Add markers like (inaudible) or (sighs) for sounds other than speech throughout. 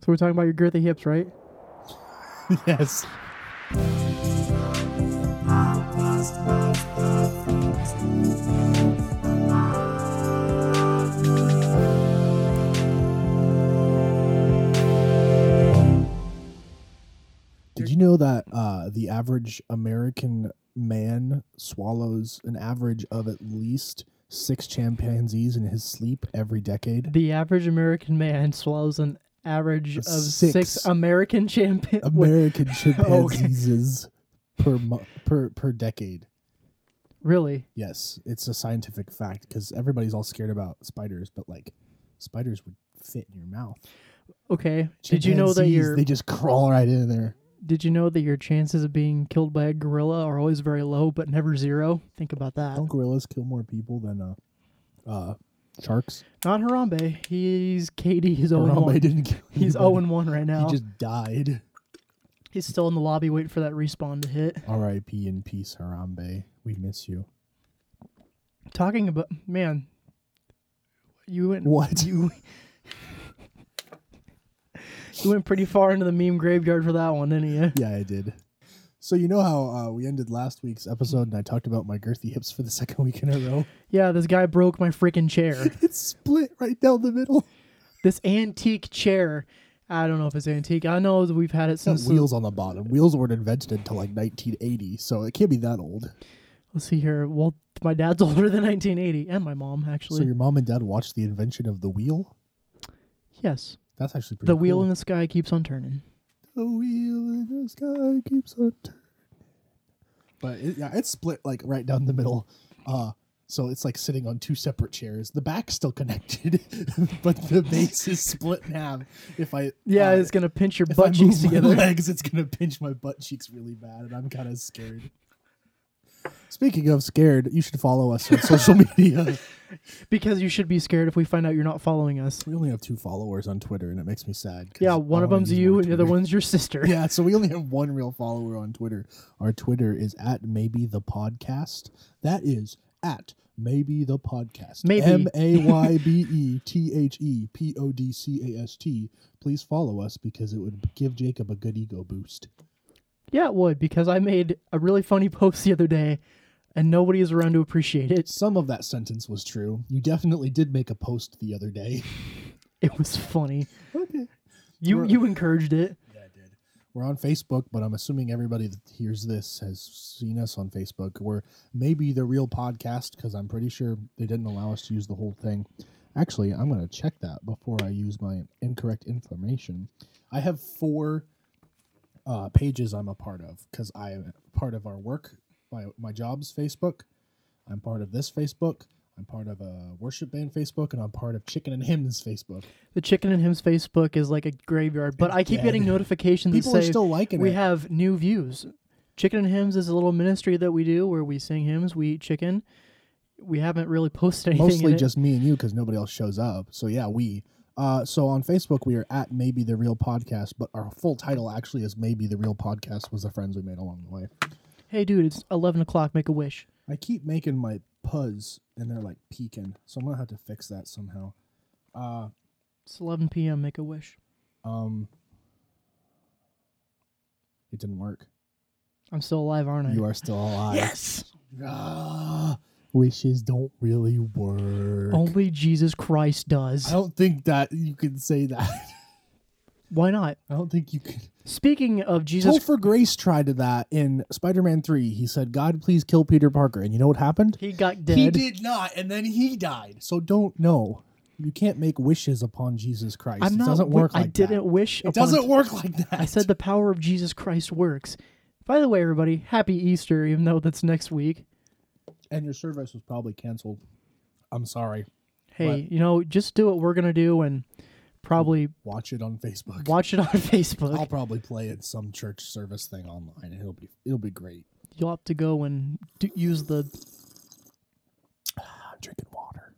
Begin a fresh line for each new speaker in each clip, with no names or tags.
So we're talking about your girthy hips, right?
yes. Did you know that uh, the average American man swallows an average of at least six chimpanzees in his sleep every decade?
The average American man swallows an average of six,
Six.
American champion.
American
okay.
chimpanzees per mo- per per decade.
really?
Yes, it's a scientific fact because everybody's all scared about spiders, but like spiders would fit in your mouth.
Okay. Did you know that
Chimpanzees,
your
they just (laughs) crawl right in there?
Did you know that your chances of being killed by a gorilla are always very low, but never zero? Think about that.
Don't gorillas kill more people than uh, uh sharks?
Not Harambe. He's Katie. He's zero and
Harambe
one.
didn't kill
He's
anybody.
zero and one right now.
He just died.
He's still in the lobby waiting for that respawn to hit.
R.I.P. in peace, Harambe. We miss you.
Talking about man, (laughs) you went
What?
you you went pretty far into the meme graveyard for that one, didn't you?
Yeah, I did. So you know how uh, we ended last week's episode, and I talked about my girthy hips for the (laughs) second week in a row.
Yeah, this guy broke my freaking chair.
It's split right down the middle.
this antique chair. I don't know if it's antique. I know that we've had it
It's
since.
got wheels on the bottom. Wheels weren't invented until like 1980, so it can't be that old.
Let's see here. Well, my dad's (laughs) older than 1980, and my mom
So
actually.
your mom and dad watched the invention of the wheel.
yes,
That's actually pretty
the wheel
cool.
in the sky keeps on turning.
The wheel in the sky keeps on turning. But it, yeah, it's split like right down the middle. Uh, so it's like sitting on two separate chairs. The back's still connected, (laughs) but the base is split in half. If I
Yeah,
uh,
it's gonna pinch your
if
butt
I
cheeks
(laughs) move my
together.
legs, it's gonna pinch my butt cheeks really bad, and I'm kind of scared. Speaking of scared, you should follow us on social (laughs) media.
(laughs) Because you should be scared if we find out you're not following us.
We only have two followers on Twitter, and it makes me sad. 'cause
Yeah,
I
one of
wanna
them's
use
you,
more
and the other
Twitter.
one's your sister.
(laughs) Yeah, so we only have one real follower on Twitter. Our Twitter is at maybe the podcast. That is at maybe the podcast.
Maybe.
M A Y B E T H E P O D C A S T. Please follow us because it would give Jacob a good ego boost.
(laughs) Yeah, it would because I made a really funny post the other day, and nobody is around to appreciate it.
Some of that sentence was true. You definitely did make a post the other day.
It was funny.
okay.
You
Right.
you encouraged it.
Yeah, I did. We're on Facebook, but I'm assuming everybody that hears this has seen us on Facebook. We're maybe the real podcast because I'm pretty sure they didn't allow us to use the whole thing. Actually, I'm going to check that before I use my incorrect information. I have four uh, pages I'm a part of because I am part of our work, my, my job's Facebook. I'm part of this Facebook. I'm part of a worship band Facebook, and I'm part of Chicken and Hymns Facebook.
The chicken and him's Facebook is like a graveyard, but I keep
dead.
getting notifications
People
that
are
say
still liking
we
it.
have new views. Chicken and hymns is a little ministry that we do where we sing hymns, we eat chicken. We haven't really posted anything.
mostly
in it.
just me and you because nobody else shows up. So yeah, we. Uh, so on Facebook we are at maybe the real podcast, but our full title actually is maybe the real podcast was the friends we made along the way.
hey, dude, it's eleven o'clock. Make a wish.
I keep making my puzz and they're like peeking, so I'm gonna have to fix that somehow. Uh,
It's eleven p.m. Make a wish.
um, it didn't work.
I'm still alive, aren't I?
You are still alive.
Yes.
Ah, wishes don't really work.
Only Jesus Christ does.
I don't think that you can say that. (laughs)
Why not?
I don't think you can.
Speaking of Jesus,
Topher Grace tried to that in Spider-Man 3. He said, "God, please kill Peter Parker." And you know what happened?
he got dead.
He did not, and then he died. So don't know. You can't make wishes upon Jesus Christ.
I'm
it
not.
doesn't
wi-
work like
I didn't
that.
wish.
It
upon-
doesn't work like that.
I said the power of Jesus Christ works. By the way, everybody, happy Easter, even though that's next week.
and your service was probably canceled. I'm sorry.
Hey,
What?
you know, just do what we're gonna do and probably
Watch it on Facebook.
watch it on (laughs) Facebook.
I'll probably play it some church service thing online. It'll be it'll be great.
You'll have to go and do, use the.
I'm drinking water,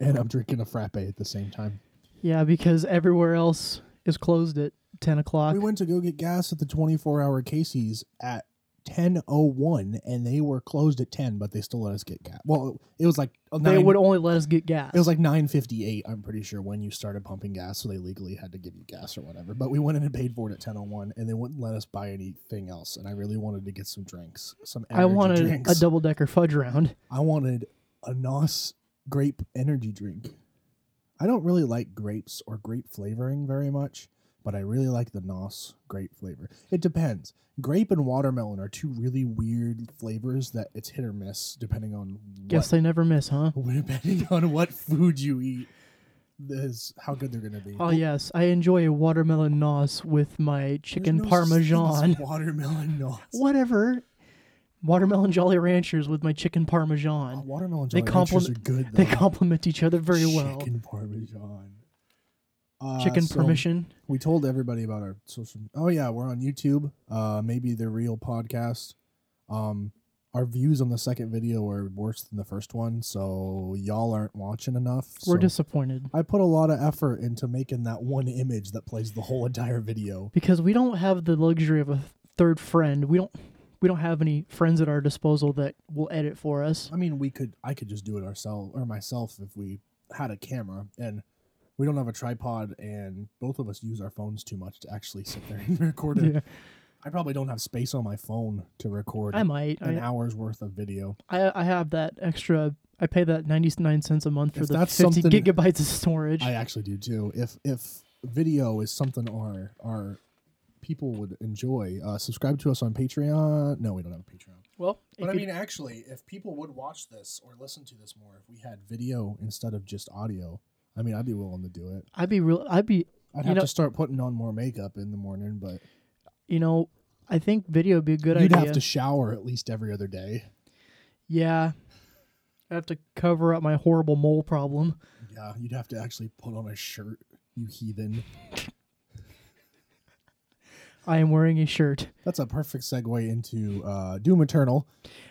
and I'm drinking a frappe at the same time.
Yeah, because everywhere else is closed at ten o'clock.
We went to go get gas at the 24 hour Casey's at 10:01, and they were closed at 10, but they still let us get gas. Well, it was like a
They
nine-
would only let us get gas.
It was like 9:58, I'm pretty sure, when you started pumping gas, so they legally had to give you gas or whatever. But we went in and paid for it at 10:01, and they wouldn't let us buy anything else. And I really wanted to get some drinks, some energy
I wanted
drinks.
a double decker fudge round.
I wanted a Nos grape energy drink. I don't really like grapes or grape flavoring very much, but I really like the Nos grape flavor. It depends. Grape and watermelon are two really weird flavors that it's hit or miss depending on
Guess they never miss, huh?
what, (laughs) depending on what food you eat. Is how good they're gonna be.
Oh yes, I enjoy a watermelon nos with my
There's
chicken
no such thing as
parmesan.
watermelon Nos.
Whatever. Watermelon Jolly Ranchers with my chicken
Oh,
parmesan.
watermelon
They
Jolly Ranchers
compliment-
are good.
They
though.
complement each other very well.
Chicken parmesan. Uh,
Chicken
so-
permission.
We told everybody about our social. Oh yeah, we're on YouTube. Uh, maybe the real podcast. Um, our views on the second video are worse than the first one, so y'all aren't watching enough.
We're
so
disappointed
I put a lot of effort into making that one image that plays the whole entire video.
because we don't have the luxury of a third friend. We don't we don't have any friends at our disposal that will edit for us.
I mean, we could. I could just do it ourselves or myself if we had a camera, and we don't have a tripod, and both of us use our phones too much to actually sit there and (laughs) record it.
Yeah.
I probably don't have space on my phone to
(laughs)
record
I might.
an
I,
hour's worth of video.
I I have that extra I pay that 99 cents a month for
If
the
that's
50
something-
gigabytes of storage.
I actually do too. If if video is something our our people would enjoy, uh, subscribe to us on Patreon. No, we don't have a Patreon.
well, it
But I
could-
mean, actually, if people would watch this or listen to this more, if we had video instead of just audio, I mean, I'd be willing to do it.
I'd be real I'd be
I'd
You
have
know-
to start putting on more makeup in the morning, but
you know, I think video would be a good
you'd
idea.
have to shower at least every other day.
yeah. I have to cover up my horrible mole problem.
Yeah, you'd have to actually put on a shirt, you heathen.
I am wearing a shirt.
That's a perfect segue into uh, Doom Eternal.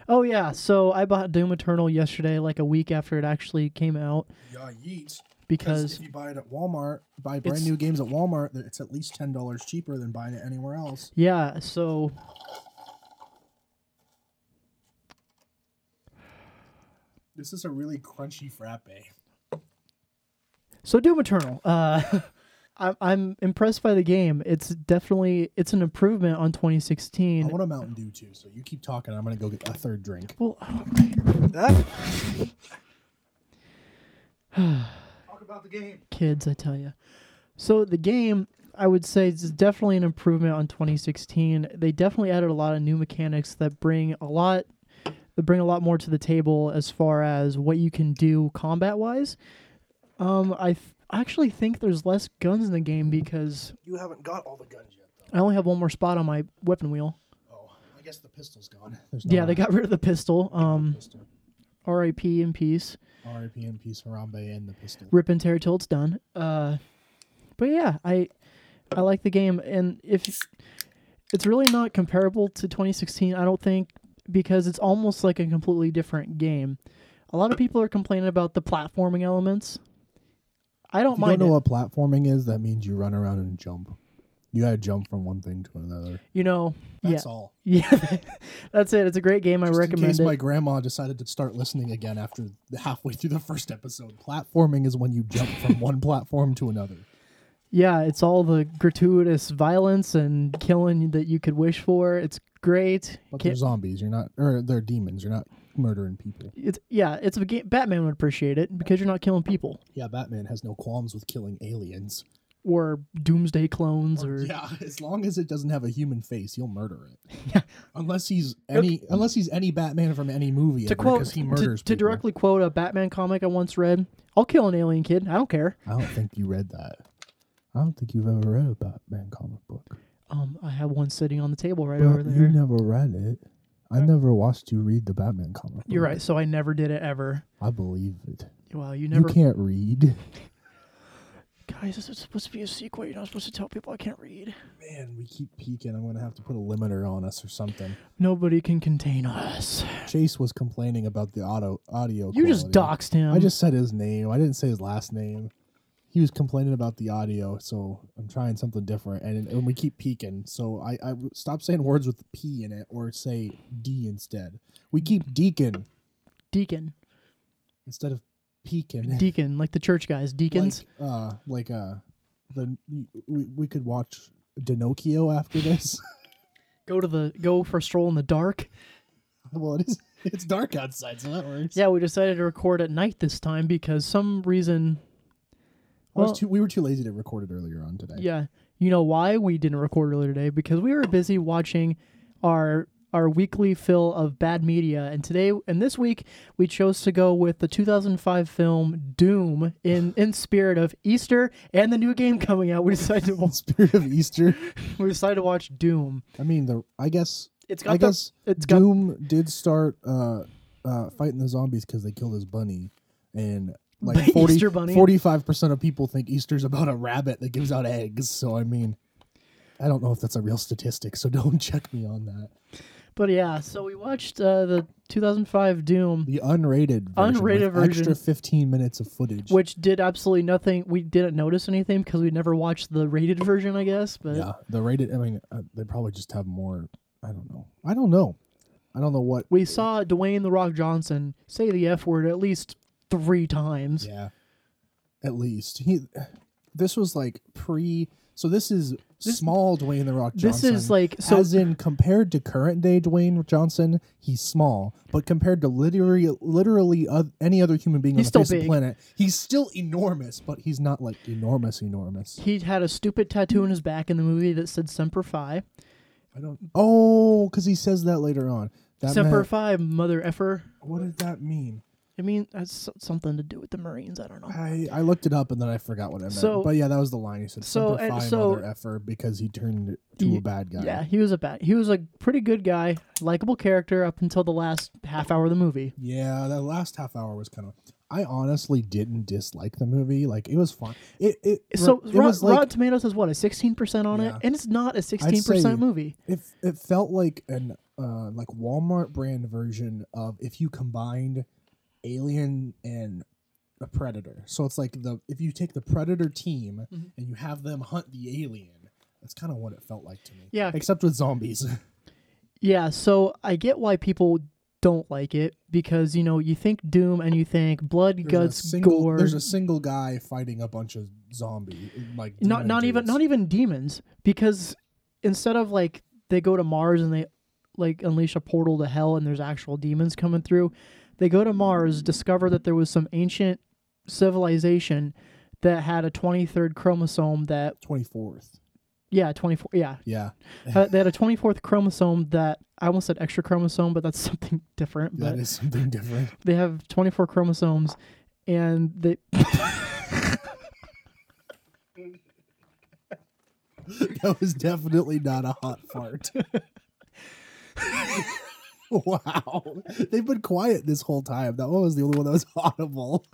Oh yeah, so I bought Doom Eternal yesterday, like a week after it actually came out,
Yeah, yeet. Because
because
if you buy it at Walmart, buy brand
It's-
new games at Walmart, th- it's at least ten dollars cheaper than buying it anywhere else.
yeah, so
This is a really crunchy frappe.
so Doom Eternal. Uh, (laughs) I'm I'm impressed by the game. It's definitely it's an improvement on
I
2016.
want a Mountain Dew too, so you keep talking. I'm gonna go get a third drink.
Well,
Talk about the game.
kids, I tell you. So the game, I would say, is definitely an improvement on 2016. They definitely added a lot of new mechanics that bring a lot, that bring a lot more to the table as far as what you can do combat wise. Um, I th- actually think there's less guns in the game because
You haven't got all the guns yet, though.
I only have one more spot on my weapon wheel.
Oh, I guess the pistol's (laughs) gone. There's
Yeah, they got rid of the pistol. Um,
pistol.
R.I.P. in peace.
R.I.P. and peace, Harambe, and the pistol.
Rip and tear till it's done. Uh, but yeah, I I like the game, and if it's really not comparable to 2016, I don't think because it's almost like a completely different game. A lot of people are complaining about the platforming elements. I don't
If you
mind
don't know
it.
what platforming is, that means you run around and jump. You gotta jump from one thing to another.
you know,
That's
yeah,
all.
yeah, (laughs) that's it. It's a great game. I
Just in
recommend
case
it.
my grandma decided to start listening again after halfway through the first episode. Platforming is when you jump
(laughs)
from one platform to another.
Yeah, it's all the gratuitous violence and killing that you could wish for. It's great.
But
Ca-
they're zombies. You're not, or they're demons. You're not murdering people.
It's yeah, it's a game. Batman would appreciate it because you're not killing people
Yeah, Batman has no qualms with killing aliens.
or doomsday clones or
Yeah, as long as it doesn't have a human face, you'll murder it.
(laughs)
unless he's any, unless he's any Batman from any movie.
to
ever,
quote
'cause he
to-
murders.
to,
people.
directly quote a Batman comic I once read. I'll kill an alien kid. I don't care.
I don't think you read that. I don't think you've ever read a Batman comic book.
Um, I have one sitting on the table right
But
over
You
there.
never read it. I never watched you read the Batman comic. book.
You're right. So I never did it ever.
I believe it.
Wow, you never.
You can't read.
Guys, this is supposed to be a sequel. You're not supposed to tell people I can't read.
Man, we keep peeking. I'm gonna have to put a limiter on us or something.
Nobody can contain us.
Chase was complaining about the auto audio.
You just
quality.
doxed him.
I just said his name. I didn't say his last name. he was complaining about the audio, so I'm trying something different, and, and we keep peeking. So I, I stop saying words with P in it, or say D instead. We keep deacon
Deacon,
instead of peeking. (laughs)
deacon, like the church guys, deacons.
Like, uh, like uh, the we, we could watch Pinocchio after this.
go to the go for a stroll in the dark.
(laughs) well, it is it's dark outside, so that works.
Yeah, we decided to record at night this time because some reason.
I was
well-
too, we were too lazy to record it earlier on (laughs) today.
Yeah, you know why we didn't record earlier today because we were busy watching our our weekly fill of bad media, and today and this week we chose to go with the 2005 film Doom in in spirit of Easter and the new game coming out. We decided to
In
watch,
spirit of Easter.
we decided to watch Doom.
I mean, the I guess
It's got
I
the
guess
it's got
Doom did start uh, uh, fighting the zombies because they killed his bunny, and
(laughs)
like
The
40,
Easter bunny?
45 percent of people think Easter's about a rabbit that gives out eggs. So I mean, I don't know if that's a real statistic, so (laughs) don't check me on that.
but yeah. So we watched uh, the 2005 Doom.
The unrated, version
Unrated
with
version.
extra fifteen minutes of footage.
which did absolutely nothing. We didn't notice anything because we never watched the rated version, I guess. But
yeah, the rated. I mean, uh, they probably just have more. I don't know. I don't know. I don't know what.
we saw Dwayne the Rock Johnson say the F word at least three times.
Yeah, at least he. This was like pre. So this is small Dwayne the Rock
This
Johnson.
is like so.
as in compared to current day Dwayne Johnson, he's small, but compared to literally literally oth- any other human being
He's
on the face
still
of the
big.
planet, he's still enormous, but he's not like enormous enormous.
he had a stupid tattoo in his back in the movie that said Semper Fi.
I don't Oh, cuz he says that later on. That
Semper
meant-
Fi, mother effer.
what did that mean?
I mean, that's s- something to do with the Marines. I don't know.
I, I looked it up and then I forgot what it meant.
So-
but yeah, that was the line he said.
so-
Semper
and
Fi,
so-
mother effer because he turned to
Ye-
a bad guy.
Yeah, he was a bad. He was a pretty good guy, likable character up until the last half hour of the movie.
Yeah, that last half hour was kind of. I honestly didn't dislike the movie. Like it was fun. It it
So
it
Rot-
was like
Rotten Tomatoes has what a sixteen percent on it,
Yeah.
and it's not a sixteen
say-
percent movie.
it, it felt like an uh like Walmart brand version of if you combined Alien and a Predator. So it's like the if you take the Predator team
Mhm.
and you have them hunt the alien. That's kind of what it felt like to me.
Yeah.
except with zombies. (laughs)
Yeah, so I get why people don't like it because you know you think Doom and you think blood,
There's
guts,
a single,
gore.
There's a single guy fighting a bunch of zombie like
not
demon
not even
dudes.
not even demons because instead of like they go to Mars and they like unleash a portal to hell and there's actual demons coming through, they go to Mars, discover that there was some ancient civilization that had a 23rd chromosome that
24th.
yeah 24
(laughs)
yeah
Yeah.
uh, they had a 24th chromosome that I almost said extra chromosome but that's (laughs) something different but
That is something different. (laughs)
they have 24 chromosomes and they
That was definitely not a hot
(laughs)
fart. wow. They've been quiet this whole time. That one was the only one that was (laughs) audible.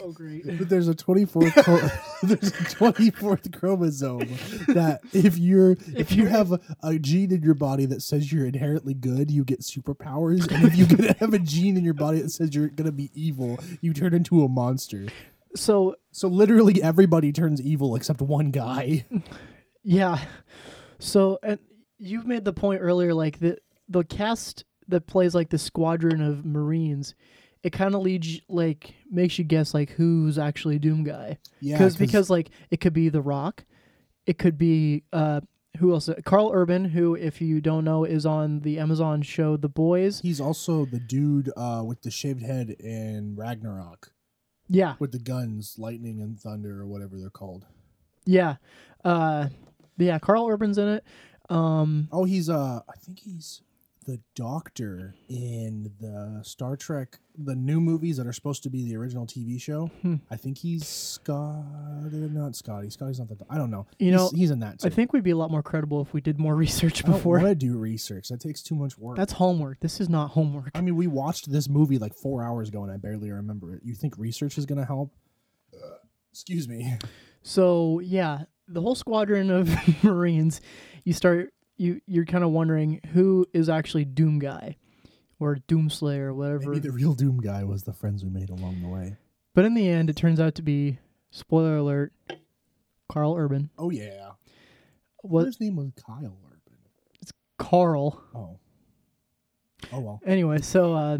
oh great
But there's a 24th chro- (laughs) there's a 24th chromosome that if you're if, you
you're-
have a, a gene in your body that says you're inherently good, you get superpowers. And if you could have a gene in your body that says you're going to be evil, you turn into a monster.
so
So literally everybody turns evil except one guy.
yeah so and you made the point earlier like the the cast that plays like the squadron of marines it kind of leads you- like makes you guess like who's actually doom guy
Yeah,
because because like it could be the rock it could be uh who else carl urban who if you don't know is on the amazon show the boys
He's also the dude uh, with the shaved head in Ragnarok
yeah
with the guns, lightning and thunder, or whatever they're called.
yeah uh yeah carl urban's in it um
Oh, he's uh, I think he's the doctor in the Star Trek, the new movies that are supposed to be the original TV show.
Hmm.
I think he's Scott, uh, not Scotty. Scotty's not the. doc- I don't know.
You
He's-
know,
he's in that too.
I think we'd be a lot more credible if we did more (laughs) research
I don't
before.
want to do research. That takes too much work.
That's homework. This is not homework.
I mean, we watched this movie like four hours ago, and I barely remember it. You think research is gonna help? Uh, excuse me. (laughs)
So yeah, the whole squadron of (laughs) Marines, you start you you're kind of wondering who is actually Doom Guy. or Doomslayer or whatever.
Maybe the real Doom guy was the friends we made along the way.
But in the end, it turns out to be spoiler alert. Carl Urban.
Oh yeah.
What
His name was Kyle Urban.
Carl?
Oh. Oh well.
Anyway, so uh,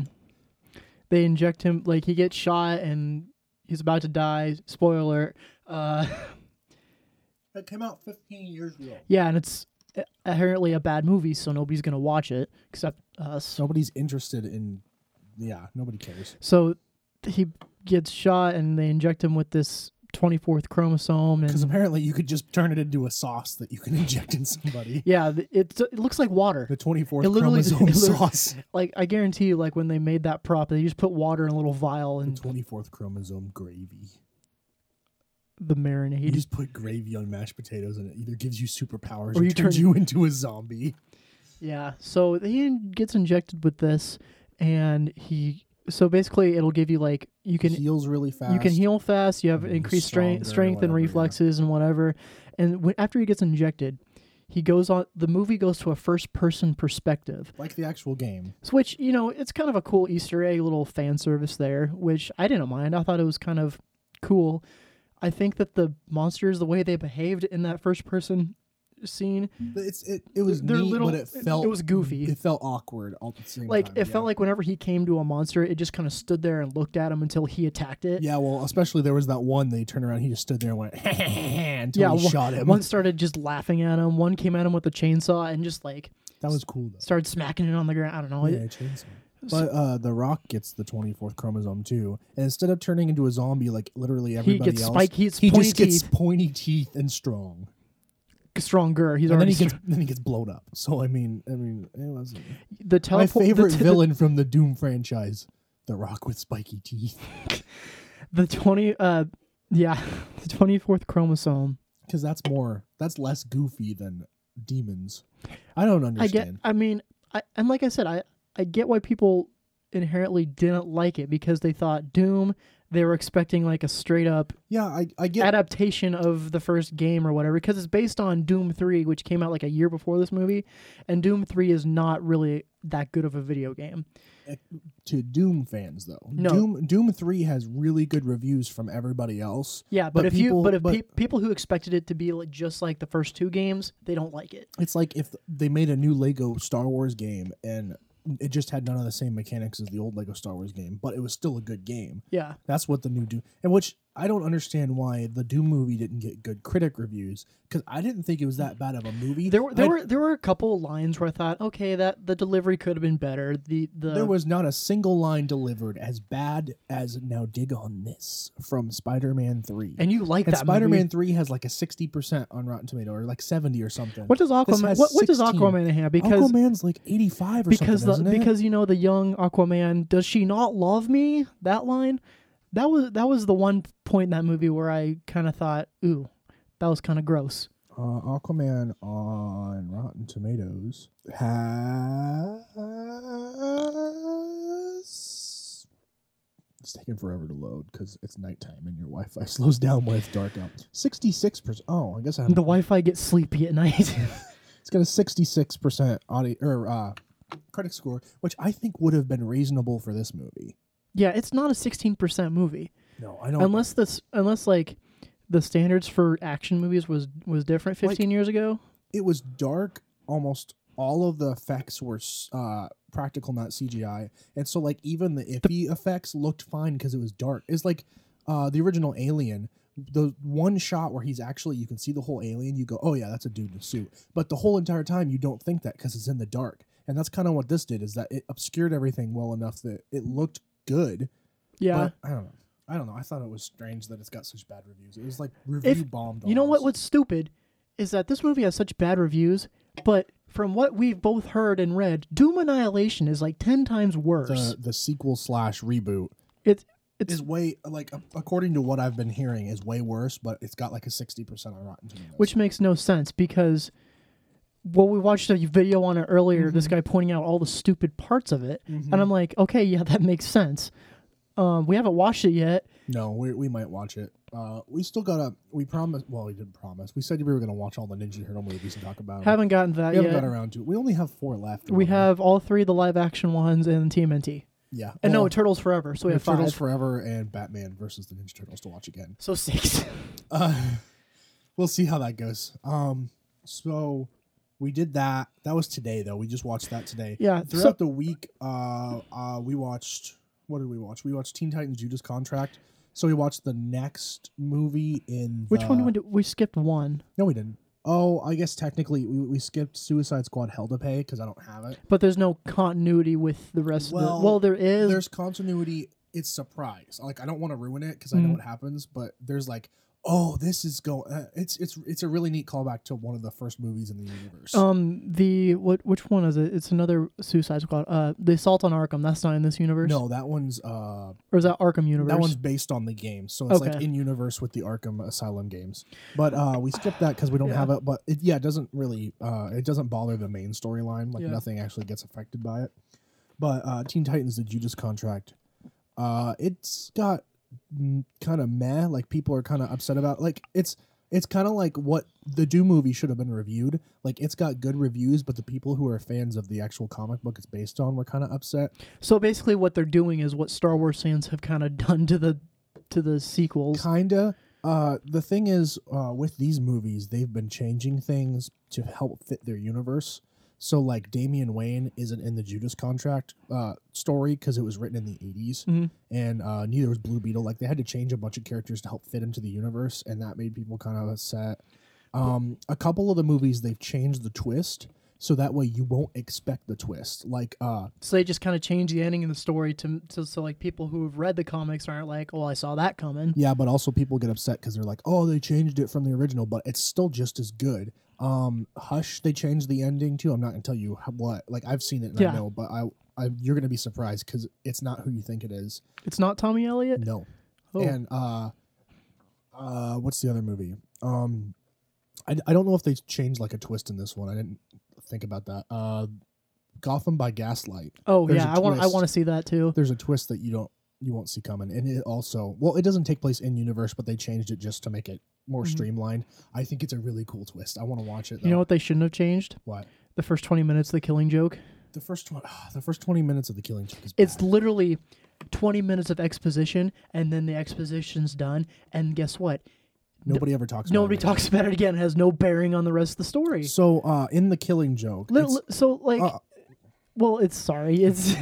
they inject him. Like he gets shot and he's about to die. Spoiler alert. Uh,
That came out 15 years ago.
yeah, and it's apparently a bad movie, so nobody's gonna watch it except us.
Nobody's interested in. Yeah, nobody cares.
So he gets shot and they inject him with this 24th chromosome
Because
and
apparently you could just turn it into a sauce that you can (laughs) inject in somebody.
yeah, th- it's, it looks like water.
The 24th
It literally- (laughs)
chromosome
it literally-
sauce.
Like I guarantee you like when they made that prop, they just put water in a little vial and
24th chromosome gravy.
the
You
marinade.
just put gravy on mashed potatoes and it either gives you superpowers
Or
or,
you
turns
turn-
you into a zombie.
Yeah. So he in- gets injected with this, and he so basically it'll give you like you can
heals really fast.
you can heal fast. You have
and he's
increased strength,
stronger,
strength and
whatever, yeah.
reflexes and whatever. And w- after he gets injected, he goes on. The movie goes to a first person perspective,
Like the actual game.
so which you know it's kind of a cool Easter egg, little fan service there, which I didn't mind. I thought it was kind of cool. I think that the monsters, the way they behaved in that first person scene,
But It's it, it was
Mm. They're
neat,
little-
but it
it-
felt
it was goofy.
It felt awkward all at the same
like
time.
it
yeah.
felt like whenever he came to a monster, it just kind of stood there and looked at him until he attacked it.
Yeah, well, especially there was that one they turned around, he just stood there and went (laughs) until
Yeah,
he
one-
shot him.
One started just laughing at him. One came at him with a chainsaw and just like
that was cool though.
started smacking it on the ground. I don't know.
Yeah, chainsaw. But uh, the Rock gets the twenty fourth chromosome too, and instead of turning into a zombie like literally
he
everybody
gets
else,
spike. He's
he
pointy
just gets
teeth,
pointy teeth and strong.
stronger. He's
And then
already
he gets
str-
then he gets blown up. So I mean, I mean, it was
the
my
teleport.
favorite
the, the-
villain from the Doom franchise, the Rock with spiky teeth,
The twenty. Uh, yeah, (laughs) the twenty fourth chromosome.
because that's more that's less goofy than demons. I don't
I get.
understand.
I mean, I and like I said, I I get why people inherently didn't like it because they thought Doom. They were expecting like a straight up
yeah, I, I get
adaptation of the first game or whatever because it's based on Doom 3 which came out like a year before this movie and Doom 3 is not really that good of a video game.
to Doom fans though.
No.
Doom Doom three has really good reviews from everybody else.
Yeah, but,
But
if you
people-
but if
but-
pe- people who expected it to be like just like the first two games, they don't like it.
It's like if they made a new Lego Star Wars game and it just had none of the same mechanics as the old Lego Star Wars game, but it was still a good game.
Yeah.
That's what the new Doom and which I don't understand why the Doom movie didn't get good critic reviews because I didn't think it was that bad of a movie.
There were there
I-
were there were a couple lines where I thought, "Okay, that the delivery could have been better." The the
there was not a single line delivered as bad as now dig on this from Spider-Man 3.
and you like
And
that
Spider-Man
movie.
3 has like a 60% on Rotten Tomato or like 70 or something.
What does Aquaman
has
what, what does
16.
Aquaman have because
Aquaman's like 85 or
because
something,
the,
isn't it?
because you know the young Aquaman, does she not love me? That line, that was that was the one point in that movie where I kind of thought, ooh, that was kind of gross.
Uh, Aquaman on Rotten Tomatoes has. It's taking forever to load because it's nighttime and your Wi-Fi (laughs) slows down when it's dark out. Sixty-six percent. Oh, I guess I.
The Wi-Fi gets sleepy at (laughs) night.
It's got a sixty-six percent audio or uh, critic score, which I think would have been reasonable for this movie.
yeah, it's not a sixteen percent movie
No, I don't.
unless this unless like the standards for action movies was was different
Like-
fifteen years ago.
it was dark almost all of the effects were uh practical not cgi and so like even the iffy effects looked fine because it was dark it's like uh the original alien the one shot where he's actually you can see the whole alien you go oh yeah that's a dude in a suit but the whole entire time you don't think that because it's in the dark and that's kind of what this did is that it obscured everything well enough that it looked good
Yeah.
but i don't know i don't know i thought it was strange that it's got such bad reviews it was like review bombed
You know what?
almost.
What's stupid is that this movie has such bad reviews, but from what we've both heard and read, Doom Annihilation is like ten times worse.
the, the sequel slash reboot
It's it's
is way like a- according to what I've been hearing is way worse, but it's got like a sixty percent on Rotten Tomatoes.
which makes no sense because well, we watched a video on it earlier. This
Mm-hmm.
guy pointing out all the stupid parts of it, and I'm like, okay, yeah, that makes sense. Um, we haven't watched it yet.
no, we, we might watch it. Uh, we still gotta. We promised. Well, we didn't promise. We said we were gonna watch all the Ninja Turtle movies and talk about. 'em.
Haven't gotten to that
we haven't
yet.
got around to it. We only have four left.
we
Right?
have all three of the live action ones and TMNT.
Yeah.
And
Well,
no, Turtles Forever. So we
we
have
have Turtles
five.
Forever and Batman versus the Ninja Turtles to watch again.
(laughs) so
(laughs)
six.
Uh, we'll see how that goes. Um, so we did that. That was today, though. We just watched that today.
yeah.
Throughout
So
the week, uh, uh, we watched. What did we watch? We watched Teen Titans Judas Contract. So we watched the next movie in.
which one
the-
would we skipped one?
No, we didn't. Oh, I guess technically we, we skipped Suicide Squad Hell to Pay because I don't have it.
But there's no continuity with the rest of
Well,
the. Well, there is.
There's continuity. It's surprise. Like I don't want to ruin it because I know
Mhm.
what happens, but there's like, oh, this is going. Uh, it's it's it's a really neat callback to one of the first movies in the universe.
Um, the what? Which one is it? It's another Suicide Squad. Uh, the Assault on Arkham. That's not in this universe.
no, that one's uh
or is that Arkham universe?
that one's based on the game, so it's like
Okay.
in universe with the Arkham Asylum games. But uh we skipped that because we don't
Yeah.
have it. But it, yeah, it doesn't really uh it doesn't bother the main storyline. Like
Yeah.
nothing actually gets affected by it. But uh Teen Titans: The Judas Contract, uh it's got kind of meh. Like people are kind of upset about. Like it's it's kind of like what the Doom movie should have been reviewed. Like it's got good reviews, but the people who are fans of the actual comic book it's based on were kind of upset.
So basically, what they're doing is what Star Wars fans have kind of done to the to the sequels.
Kinda. Uh, the thing is, uh, with these movies, they've been changing things to help fit their universe. So, like Damian Wayne isn't in the Judas Contract uh, story because it was written in the 80s,
Mhm.
and uh, neither was Blue Beetle. Like they had to change a bunch of characters to help fit into the universe, and that made people kind of upset. Um, a couple of the movies they've changed the twist so that way you won't expect the twist. Like uh,
So they just kind of change the ending of the story to so, so like people who have read the comics aren't like, oh, I saw that coming.
Yeah, but also people get upset because they're like, "Oh, they changed it from the original, but it's still just as good." Um, Hush, they changed the ending too. I'm not gonna tell you how, what. Like I've seen it, and
Yeah.
I know, but I, I, you're gonna be surprised because it's not who you think it is.
It's not Tommy Elliott.
No,
Oh.
and uh, uh, what's the other movie? Um, I, I don't know if they changed like a twist in this one. I didn't think about that. Uh, Gotham by Gaslight.
Oh
There's
yeah,
a
I want I
twist.
want to see that too.
There's a twist that you don't you won't see coming, and it also well, it doesn't take place in universe, but they changed it just to make it more
Mhm.
streamlined. I think it's a really cool twist. I want to watch it. Though.
You know what they shouldn't have changed?
what?
The first twenty minutes of the Killing Joke.
The first one, (sighs) the first twenty minutes of the Killing Joke is
It's
bad.
literally twenty minutes of exposition, and then the exposition's done. And guess what?
nobody ever talks.
Nobody
about
talks about it again. It has no bearing on the rest of the
it.
story.
So uh, in the Killing Joke,
Li-
it's-
li- so like,
uh,
well, it's sorry. It's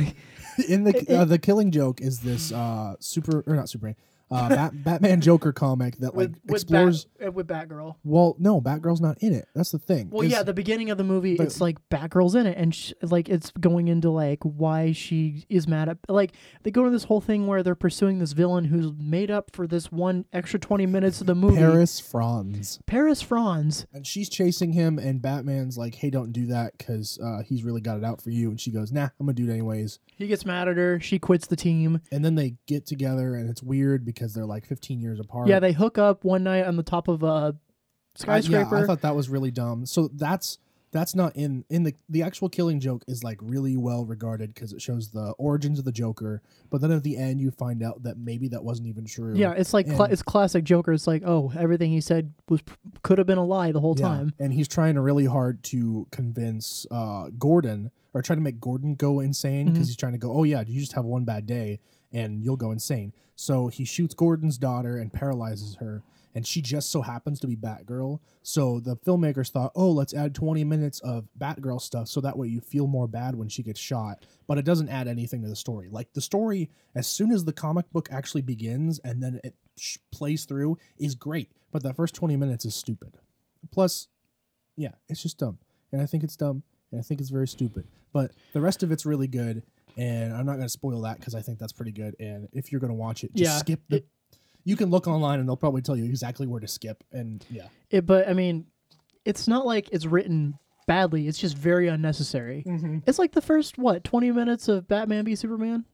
(laughs) in the uh, the Killing Joke is this uh, super or not Superman,
(laughs)
uh, Bat- Batman Joker comic
(laughs)
that like
with with,
explores.
Bat, uh, with Batgirl.
well, no, Batgirl's not in it. That's the thing.
Well,
It's-
yeah, the beginning of the movie,
but-
it's like Batgirl's in it, and sh like it's going into like why she is mad at like they go to this whole thing where they're pursuing this villain who's made up for this one extra twenty minutes of the movie.
Paris Franz.
Paris Franz.
And she's chasing him, and Batman's like, "Hey, don't do that, because uh, he's really got it out for you." And she goes, "Nah, I'm gonna do it anyways."
He gets mad at her. She quits the team.
And then they get together, and it's weird because they're like 15 years apart.
Yeah, they hook up one night on the top of a
I- yeah,
skyscraper.
I thought that was really dumb. So that's that's not in in the the actual Killing Joke is like really well regarded because it shows the origins of the Joker. But then at the end, you find out that maybe that wasn't even true.
yeah, it's like cla
and-
it's classic Joker. It's like, oh, everything he said was could have been a lie the whole
Yeah,
time.
And he's trying really hard to convince uh, Gordon or try to make Gordon go insane because
Mhm.
he's trying to go, oh, yeah, you just have one bad day and you'll go insane. So he shoots Gordon's daughter and paralyzes her. And she just so happens to be Batgirl. So the filmmakers thought, oh, let's add 20 minutes of Batgirl stuff so that way you feel more bad when she gets shot. But it doesn't add anything to the story. Like the story, as soon as the comic book actually begins and then it sh- plays through, is great. But the first 20 minutes is stupid. Plus, yeah, it's just dumb. And I think it's dumb. And I think it's very stupid. But the rest of it's really good. And I'm not going to spoil that because I think that's pretty good. And if you're going to watch it, just
Yeah,
skip the.
it-
you can look online and they'll probably tell you exactly where to skip. And yeah.
It, but I mean, it's not like it's written badly. It's just very unnecessary. It's like the first what twenty minutes of Batman v Superman.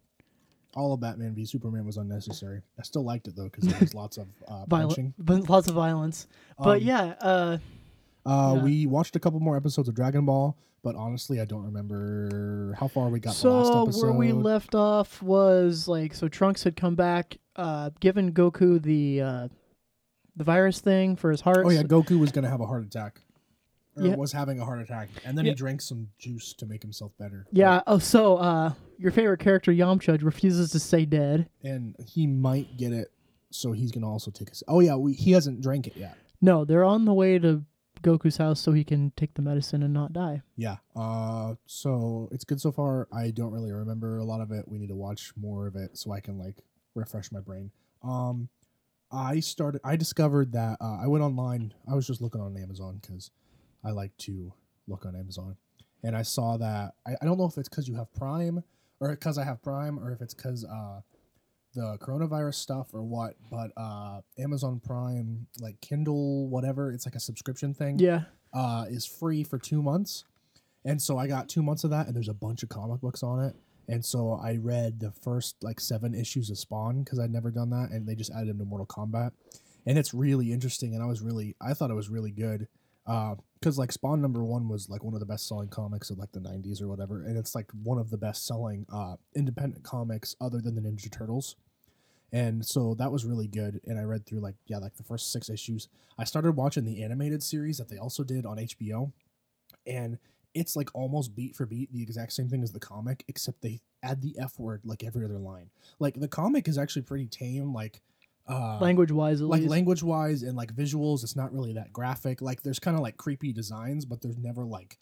All of Batman v Superman was unnecessary. I still liked it though because there
(laughs)
was lots of uh, punching.
Violent, (laughs) but lots of violence. But
Um,
yeah, uh,
Uh,
Yeah.
We watched a couple more episodes of Dragon Ball, but honestly, I don't remember how far we got the last
so
episode.
where we left off was like so Trunks had come back, uh, given Goku the uh, the virus thing for his heart.
Oh yeah, Goku was gonna have a heart attack. Or
Yep.
was having a heart attack. And then
Yep.
he drank some juice to make himself better.
Yeah. Oh, so uh, your favorite character Yamcha refuses to stay dead.
And he might get it, so he's gonna also take us. Oh yeah, we, he hasn't drank it yet.
No, they're on the way to Goku's house so he can take the medicine and not die.
Yeah. Uh so it's good so far. I don't really remember a lot of it. We need to watch more of it so I can like refresh my brain. Um I started I discovered that uh, I went online. I was just looking on Amazon cuz I like to look on Amazon. And I saw that I, I don't know if it's cuz you have Prime or cuz I have Prime or if it's cuz uh the coronavirus stuff or what, but uh Amazon Prime like Kindle whatever, it's like a subscription thing
Yeah.
uh, is free for two months. And so I got two months of that, and there's a bunch of comic books on it. And so I read the first like seven issues of Spawn because I'd never done that, and they just added him to Mortal Kombat. And it's really interesting, and I was really, I thought it was really good. Because like Spawn number one was like one of the best selling comics of like the 90s or whatever, and it's like one of the best selling uh, independent comics other than the Ninja Turtles. And so that was really good. And I read through like, yeah, like the first six issues. I started watching the animated series that they also did on HBO, and it's like almost beat for beat the exact same thing as the comic, except they add the F word like every other line. Like the comic is actually pretty tame, like uh,
Language wise, at
like
least.
language wise and like visuals. It's not really that graphic. Like there's kind of like creepy designs, but there's never like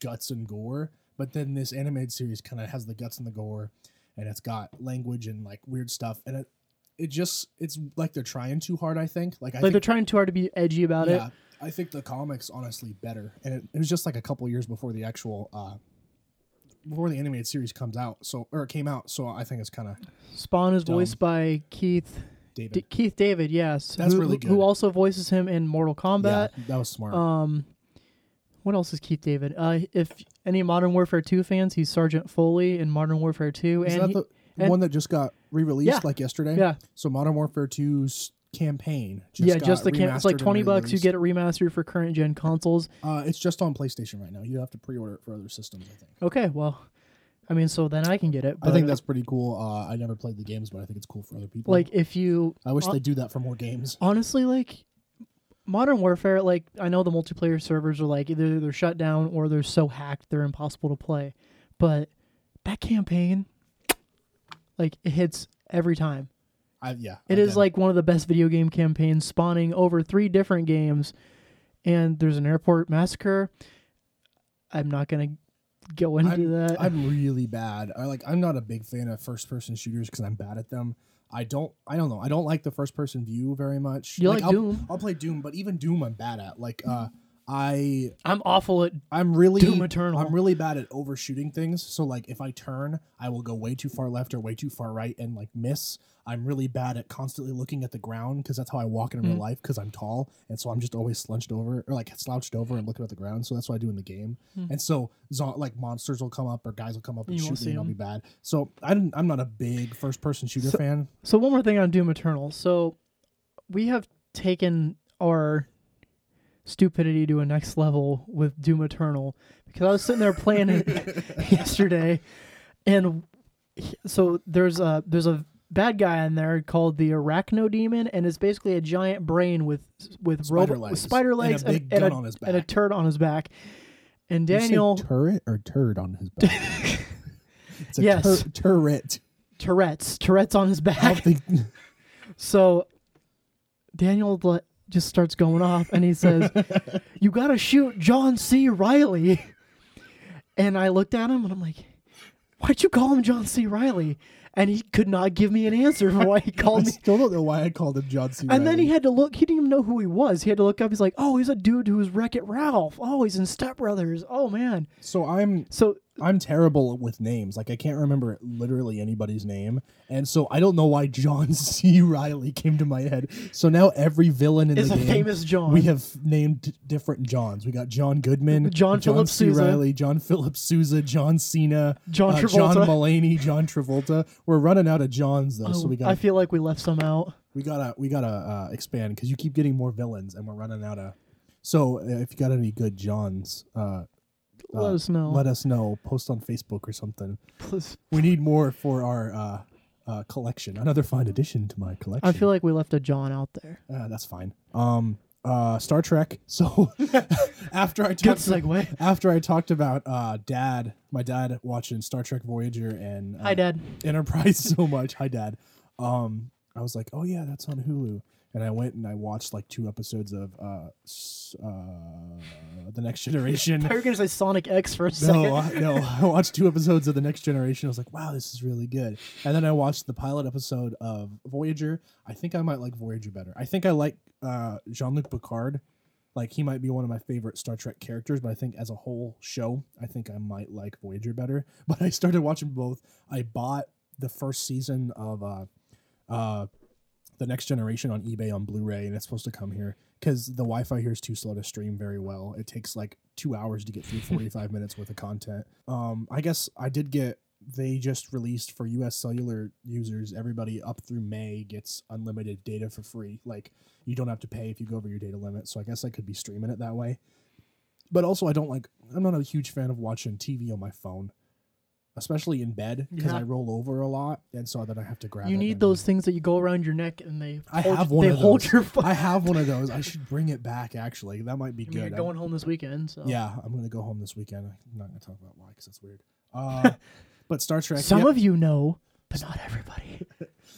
guts and gore. But then this animated series kind of has the guts and the gore, and it's got language and like weird stuff, and it it just it's like they're trying too hard. I think like I
like
think
they're trying too hard to be edgy about
yeah,
it.
I think the comics honestly better, and it, it was just like a couple years before the actual uh before the animated series comes out, so or it came out. So I think it's kind of
Spawn is
Dumb.
voiced by Keith
David.
D- Keith David. Yes,
That's
who,
really
who- Who
good.
also voices him in Mortal Kombat.
Yeah, that was smart.
Um, what else is Keith David? Uh, if any Modern Warfare Two fans, he's Sergeant Foley in Modern Warfare Two,
Is
and
that
he-
the
and-
one that just got re-released
Yeah.
like yesterday?
yeah,
So Modern Warfare 2's campaign.
yeah,
got
just the cam- it's
remastered
like
and
twenty bucks. You
re-released.
get it remastered for current gen consoles.
Uh, it's just on PlayStation right now. You have to pre-order it for other systems. I think.
Okay, well, I mean, so then I can get it. But
I think that's pretty cool. Uh, I never played the games, but I think it's cool for other people.
like if you
I wish
uh,
they'd do that for more games.
honestly like modern warfare like i know the multiplayer servers are like either they're shut down or they're so hacked they're impossible to play but that campaign like it hits every time
I, yeah,
It is like one of the best video game campaigns spawning over three different games and there's an airport massacre i'm not gonna go into
I'm-
that
(laughs) I'm really bad. I like I'm not a big fan of first-person shooters because I'm bad at them. I don't. I don't know. I don't like the first-person view very much.
You like
I'll,
Doom.
I'll play Doom, but even Doom, I'm bad at. Like, uh, I
i'm awful at
I'm really
Doom Eternal.
I'm really bad at overshooting things. So like if I turn, I will go way too far left or way too far right and like miss. I'm really bad at constantly looking at the ground because that's how I walk in real
Mm.
life because I'm tall and so I'm just always slouched over or like slouched over and looking at the ground. So that's what I do in the game.
Mm.
And so zo- like monsters will come up or guys will come up and
You won't
shoot me and
see
I'll
'em.
be bad. So I didn't, I'm not a big first person shooter
So-
fan.
So one more thing on Doom Eternal. So we have taken our stupidity to a next level with Doom Eternal because I was sitting there playing it (laughs) yesterday, and he- so there's a there's a bad guy in there called the Arachno Demon, and it's basically a giant brain with with
Spider
robot- with
legs
spider
and a
legs
big
and,
gun on his
and a
back.
turd on his back. And
Did you say
Daniel
turret or turd on his back.
(laughs)
it's a
Yes.
tur- turret.
Tourette's Tourette's on his
I
back.
don't think
So Daniel le- just starts going off and he
(laughs)
says, You gotta shoot John C. Riley. And I looked at him and I'm like, Why'd you call him John C. Riley? And he could not give me an answer for why he
I
called
(laughs)
me.
still don't know why I called him John C.
And then
Reilly.
he had to look. He didn't even know who he was. He had to look up. He's like, "Oh, he's a dude who was Wreck It Ralph. Oh, he's in Step Brothers. Oh man."
So I'm
So
I'm terrible with names. Like I can't remember literally anybody's name, and so I don't know why John (laughs) C. Riley came to my head. So now every villain in
is
the
a
game,
famous John.
we have named d- different Johns. We got John Goodman,
John Philip
C.
Sousa.
Riley, John Philip Sousa, John Cena,
John
uh, John
Travolta.
Mulaney, John Travolta. We're running out of Johns though, so we
Oh, I
got
feel like we left some out.
we gotta we gotta uh, expand because you keep getting more villains, and we're running out of. So uh, if you got any good Johns, uh,
Let
Uh,
us know.
let us know. Post on Facebook or something.
Please.
We need more for our uh, uh, collection, another fine addition to my collection.
I feel like we left a John out there.
Ah, that's fine. Um, uh, Star Trek. (laughs) So after I
Good
talked
segue.
after I talked about uh, Dad, my dad watching Star Trek Voyager and uh,
Hi, Dad.
Enterprise (laughs) so much. Hi, Dad. Um, I was like, oh yeah, that's on Hulu, and I went and I watched like two episodes of uh, s- uh the Next
(laughs)
Generation.
I was gonna say Sonic X for a second.
No, I, no, (laughs) I watched two episodes of the Next Generation. I was like, wow, this is really good. And then I watched the pilot episode of Voyager. I think I might like Voyager better. I think I like uh, Jean Luc Picard. Like he might be one of my favorite Star Trek characters, but I think as a whole show, I think I might like Voyager better. (laughs) But I started watching both. I bought the first season of uh, uh, the Next Generation on eBay on Blu-ray, and it's supposed to come here because the Wi-Fi here is too slow to stream very well. It takes like two hours to
(laughs)
get through 45 minutes worth of content. Um, I guess I did get. They just released for U.S. cellular users. Everybody up through May gets unlimited data for free. Like you don't have to pay if you go over your data limit. So I guess I could be streaming it that way. But also, I don't like. I'm not a huge fan of watching TV on my phone, especially in bed because
Yeah.
I roll over a lot, and so then I have to grab.
You
it
need
and-
those things that you go around your neck and they
I
hold,
have one
they
of
hold
those.
your phone.
I have one of those. I should bring it back. Actually, that might be
I mean,
good.
you're
I'm-
going home this weekend, so
yeah, I'm gonna go home this weekend. I'm not gonna talk about why because that's
(laughs)
weird. Uh, but Star Trek
Some
yeah,
of you know, but not everybody. (laughs)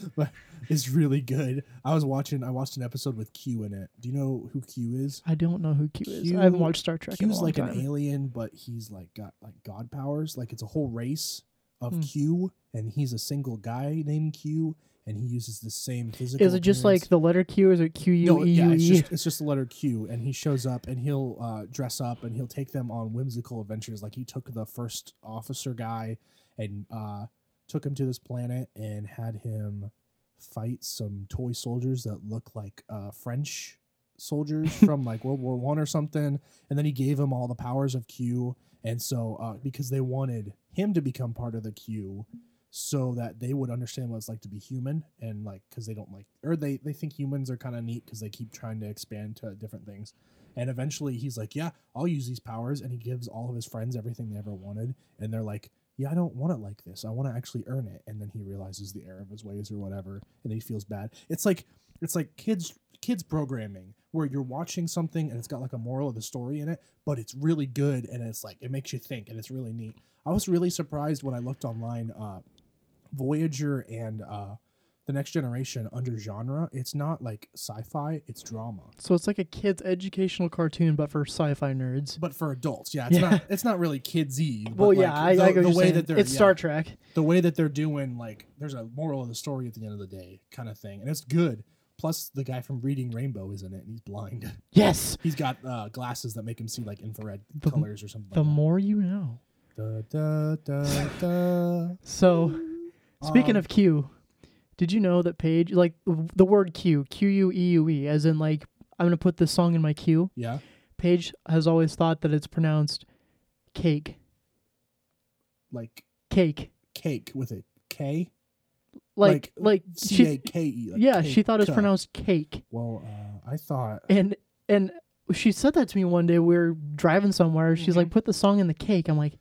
is really good. I was watching. I watched an episode with Q in it. Do you know who Q is?
I don't know who Q is.
Q-
I haven't watched Star Trek in a
Q's
long
like
time.
an alien, but he's like got like god powers. Like it's a whole race of
Hmm.
Q, and he's a single guy named Q, and he uses the same physical.
is it just
appearance.
like the letter Q? Is it Q
No,
U E
yeah,
U
it's
E?
just it's just the letter Q, and he shows up, and he'll uh, dress up, and he'll take them on whimsical adventures. Like he took the first officer guy, and uh, took him to this planet, and had him fight some toy soldiers that look like uh, French
(laughs)
soldiers from like World War One or something. And then he gave him all the powers of Q, and so uh, because they wanted him to become part of the Q, so that they would understand what it's like to be human and like because they don't like or they they think humans are kind of neat because they keep trying to expand to different things and eventually he's like yeah i'll use these powers and he gives all of his friends everything they ever wanted and they're like yeah i don't want it like this i want to actually earn it and then he realizes the error of his ways or whatever and he feels bad it's like it's like kids kids programming where you're watching something and it's got like a moral of the story in it but it's really good and it's like it makes you think and it's really neat i was really surprised when i looked online uh Voyager and uh, the Next Generation under genre. It's not like sci-fi; it's drama,
(laughs) So it's like a kid's educational cartoon, but for sci-fi nerds.
but for adults. Yeah, it's
Yeah.
not it's not really kidsy. but,
Well,
like,
yeah, I,
the,
I go.
the way that they're
it's
yeah,
Star Trek.
the way that they're doing like there's a moral of the story at the end of the day kind of thing, and it's good. Plus, the guy from Reading Rainbow is in it, and he's blind. (laughs)
Yes,
he's got uh, glasses that make him see like infrared
The-
colors or something.
the
like
more you know.
that. Da, da, da, da.
So, speaking
Um,
of Q, did you know that Paige, like w- the word Q, Q U E U E, as in like I'm gonna put this song in my queue.
yeah,
Paige has always thought that it's pronounced cake,
like
cake,
cake with a K,
like
Like,
like,
C
she,
A K E. like
yeah, she
cake,
thought it was
cuh.
pronounced cake,
Well, uh, I thought
and and she said that to me one day. We were driving somewhere. She's like, "Put the song in the cake." I'm like,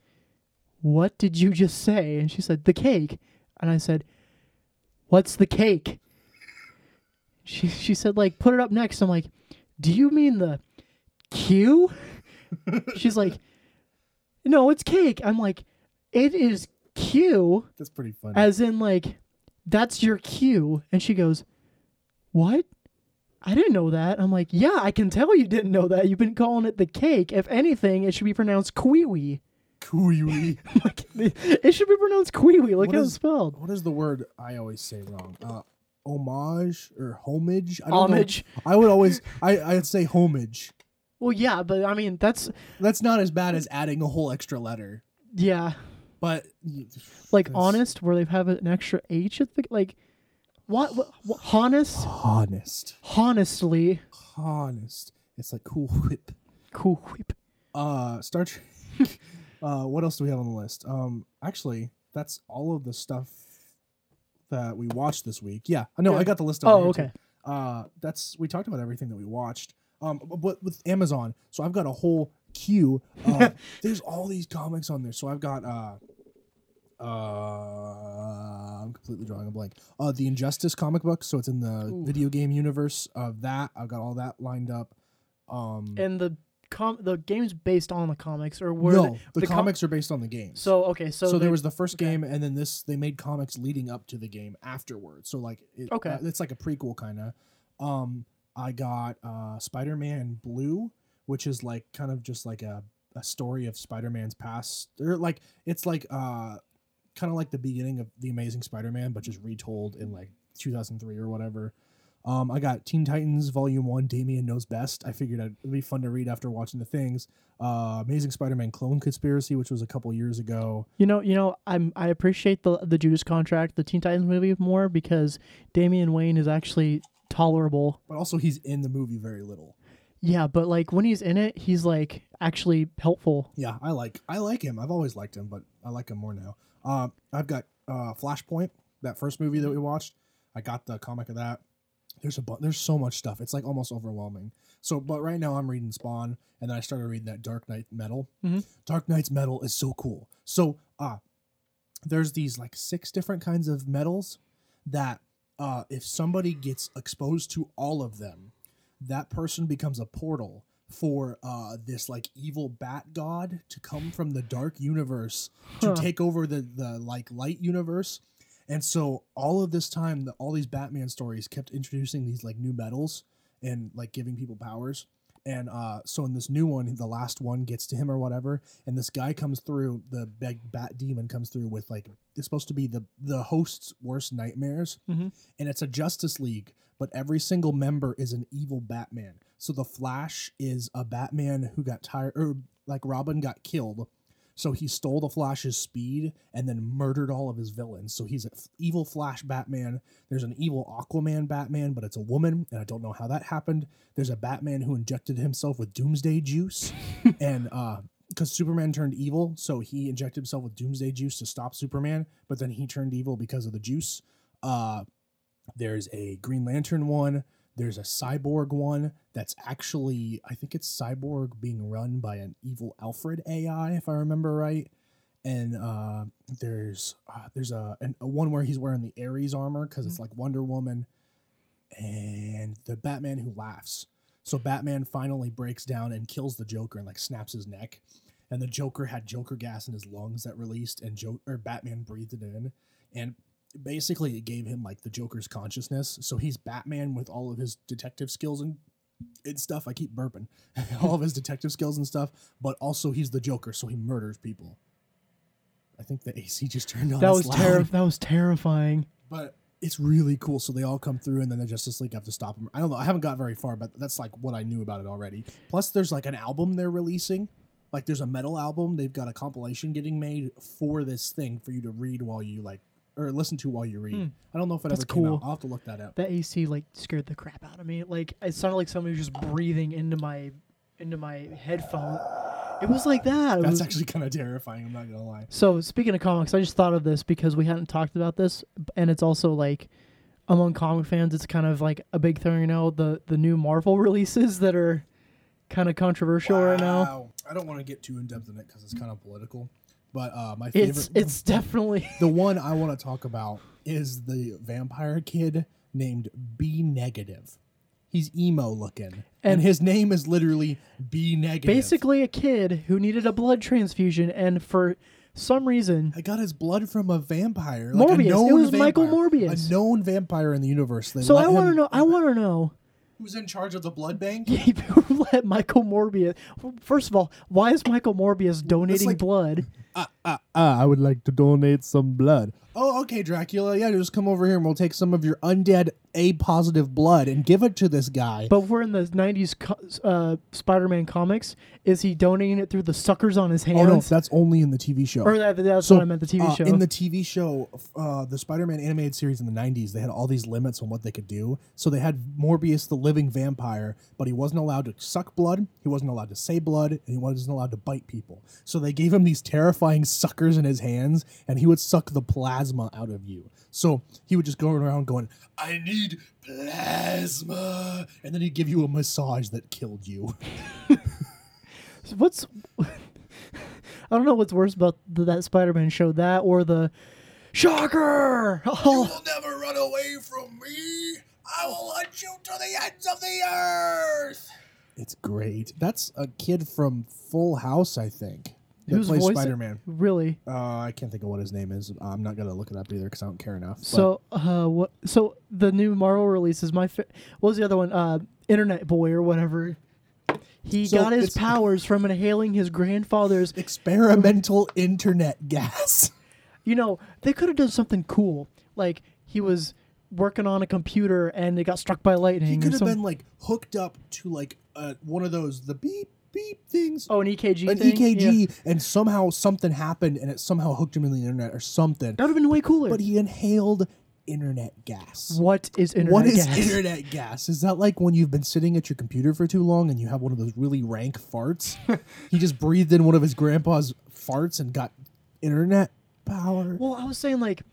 "What did you just say?" And she said, "The cake," and I said, "What's the cake?" She she said like, "Put it up next." I'm like, "Do you mean the Q?" She's like, "No, it's cake." I'm like, "It is Q."
that's pretty funny.
as in like that's your cue and she goes what i didn't know that i'm like yeah i can tell you didn't know that you've been calling it the cake if anything it should be pronounced kiwi (laughs)
Kui. (laughs)
like it should be pronounced kiwi like
What
how
is-
it's spelled
what is the word I always say wrong? Uh, homage or homage? I don't know.
homage
I would always I I'd say homage.
well yeah but i mean that's
That's not as bad as adding a whole extra letter.
yeah
But
like
that's-
honest where they have an extra h at the like what, what, what honest
honest,
honestly
honest. It's like cool whip.
cool whip
Uh, Star Trek. (laughs) uh, what else do we have on the list? Um, actually, that's all of the stuff that we watched this week. Yeah, I know.
Yeah.
I got the list. over
oh
here, too.
okay
uh that's we talked about everything that we watched um but with amazon so i've got a whole queue
(laughs)
of, there's all these comics on there so i've got uh uh I'm completely drawing a blank. Uh, the Injustice comic book, so it's in the
Ooh.
video game universe of that. I've got all that lined up. Um,
And the com the game's based on the comics or were
no,
they-
the,
com-
comics are based on the games.
So okay, so,
so,
they-
there was the first
okay.
game, and then this they made comics leading up to the game afterwards. So like, it,
Okay.
uh, it's like a prequel kind of. Um, I got uh, Spider-Man Blue, which is like kind of just like a, a story of Spider-Man's past, or like it's like uh, kind of like the beginning of the Amazing Spider-Man, but just retold in like 2003 or whatever. Um, I got Teen Titans Volume One. Damien knows best. I figured it'd be fun to read after watching the things. Uh, Amazing Spider-Man Clone Conspiracy, which was a couple years ago.
you know, you know, I'm I appreciate the the Judas contract, the Teen Titans movie more because Damian Wayne is actually tolerable.
but also he's in the movie very little.
Yeah, but like when he's in it, he's like actually helpful.
Yeah, I like I like him. I've always liked him, but I like him more now. Uh, I've got uh, Flashpoint, that first movie that we watched. I got the comic of that. There's a bu- there's so much stuff. It's like almost overwhelming. So, but right now I'm reading Spawn, and then I started reading that Dark Knight Metal.
Mhm.
Dark Knight's Metal is so cool. So, uh, there's these like six different kinds of metals that uh, if somebody gets exposed to all of them, that person becomes a portal for uh, this like evil bat god to come from the dark universe to
Huh.
take over the the like light universe. And so all of this time, the, all these Batman stories kept introducing these like new metals and like giving people powers. And uh, so in this new one, the last one gets to him or whatever, and this guy comes through. The big bat demon comes through with like it's supposed to be the the host's worst nightmares,
Mhm.
and it's a Justice League, but every single member is an evil Batman. So the Flash is a Batman who got tired, or like Robin got killed, so he stole the Flash's speed and then murdered all of his villains. So he's an evil Flash Batman. There's an evil Aquaman Batman, but it's a woman, and I don't know how that happened. There's a Batman who injected himself with Doomsday juice, and uh, because Superman turned evil, so he injected himself with Doomsday juice to stop Superman, but then he turned evil because of the juice. Uh, there's a Green Lantern one. There's a cyborg one that's actually, I think it's cyborg being run by an evil Alfred AI, if I remember right. And uh, there's uh, there's a, an, a one where he's wearing the Ares armor because it's like Wonder Woman, and the Batman who laughs. So Batman finally breaks down and kills the Joker and like snaps his neck, and the Joker had Joker gas in his lungs that released, and jo- or Batman breathed it in, and basically it gave him like the Joker's consciousness. So he's Batman with all of his detective skills and and stuff. I keep burping. (laughs) all of his detective skills and stuff, but also he's the Joker, so he murders people. I think the AC just turned on.
That
It's
was
loud.
terrif- that was terrifying.
But it's really cool. So they all come through, and then the Justice League have to stop them. I don't know. I haven't got very far, but that's like what I knew about it already. Plus, there's like an album they're releasing. Like, there's a metal album. They've got a compilation getting made for this thing for you to read while you like or listen to while you read.
Hmm.
I don't know if it
That's
ever came
cool.
out. I'll have to look that up.
That AC like scared the crap out of me. Like it sounded like somebody was just breathing into my into my headphone. It was like that. It
That's
was-
actually kind of terrifying. I'm not gonna lie.
so speaking of comics, I just thought of this because we hadn't talked about this, and it's also like among comic fans, it's kind of like a big thing. You know, the the new Marvel (laughs) releases that are kind of controversial right now.
Wow. I don't want to get too in depth in it because it's kind of political. But uh, my favorite
It's it's definitely
(laughs)
(laughs)
The one I want to talk about is the vampire kid named B negative. He's emo looking, and,
And-
his name is literally B negative.
basically a kid who needed a blood transfusion, and for some reason,
I got his blood from a vampire. Like
Morbius.
A
It
known
was Michael
vampire,
Morbius.
a known vampire in the universe. They
so
let
I want to
him-
know. I want to know. (laughs)
who's in charge of the blood bank.
people (laughs) let Michael Morbius. First of all, why is Michael Morbius donating
like-
blood?
Ah, I would like to donate some blood. Oh, okay, Dracula. Yeah, just come over here and we'll take some of your undead A positive blood and give it to this guy.
But we're in the '90s co- uh, Spider-Man comics. Is he donating it through the suckers on his
oh no,
hands?
that's only in the TV show.
Or that, that's
So,
what I meant. The TV
uh,
show.
In the TV show, f- uh, the Spider-Man animated series in the '90s, they had all these limits on what they could do. So they had Morbius, the living vampire, but he wasn't allowed to suck blood. He wasn't allowed to say blood, and he wasn't allowed to bite people. So they gave him these terrifying suckers in his hands, and he would suck the plasma out of you. So he would just go around going, "I need plasma," and then he'd give you a massage that killed you.
(laughs)
(laughs)
what's I don't know what's worse about th- that Spider-Man show, that or the
(laughs)
Shocker!
You will never run away from me. I will hunt you to the ends of the earth. It's great. That's a kid from Full House, I think. That
Who's
plays
voicing-
Spider Man.
really?
Uh, I can't think of what his name is. I'm not gonna look it up either because I don't care enough. but-
So, uh, what? So the new Marvel release is my. Fa- what was the other one? Uh, Internet Boy or whatever. He
So
got his
it's-
powers from inhaling his grandfather's.
experimental internet gas. (laughs)
You know, they could have done something cool. Like he was working on a computer and it got struck by lightning.
He
or
could have
some-
been like hooked up to like uh, one of those the beep beep things.
Oh, an EKG.
an E
thing? Yeah.
EKG, and somehow something happened, and it somehow hooked him in the internet or something.
That would have been way cooler.
But he inhaled internet gas.
what is internet
what is
gas?
internet gas? Is that like when you've been sitting at your computer for too long and you have one of those really rank
(laughs)
farts? he just breathed in one of his grandpa's farts and got internet power.
Well, I was saying like,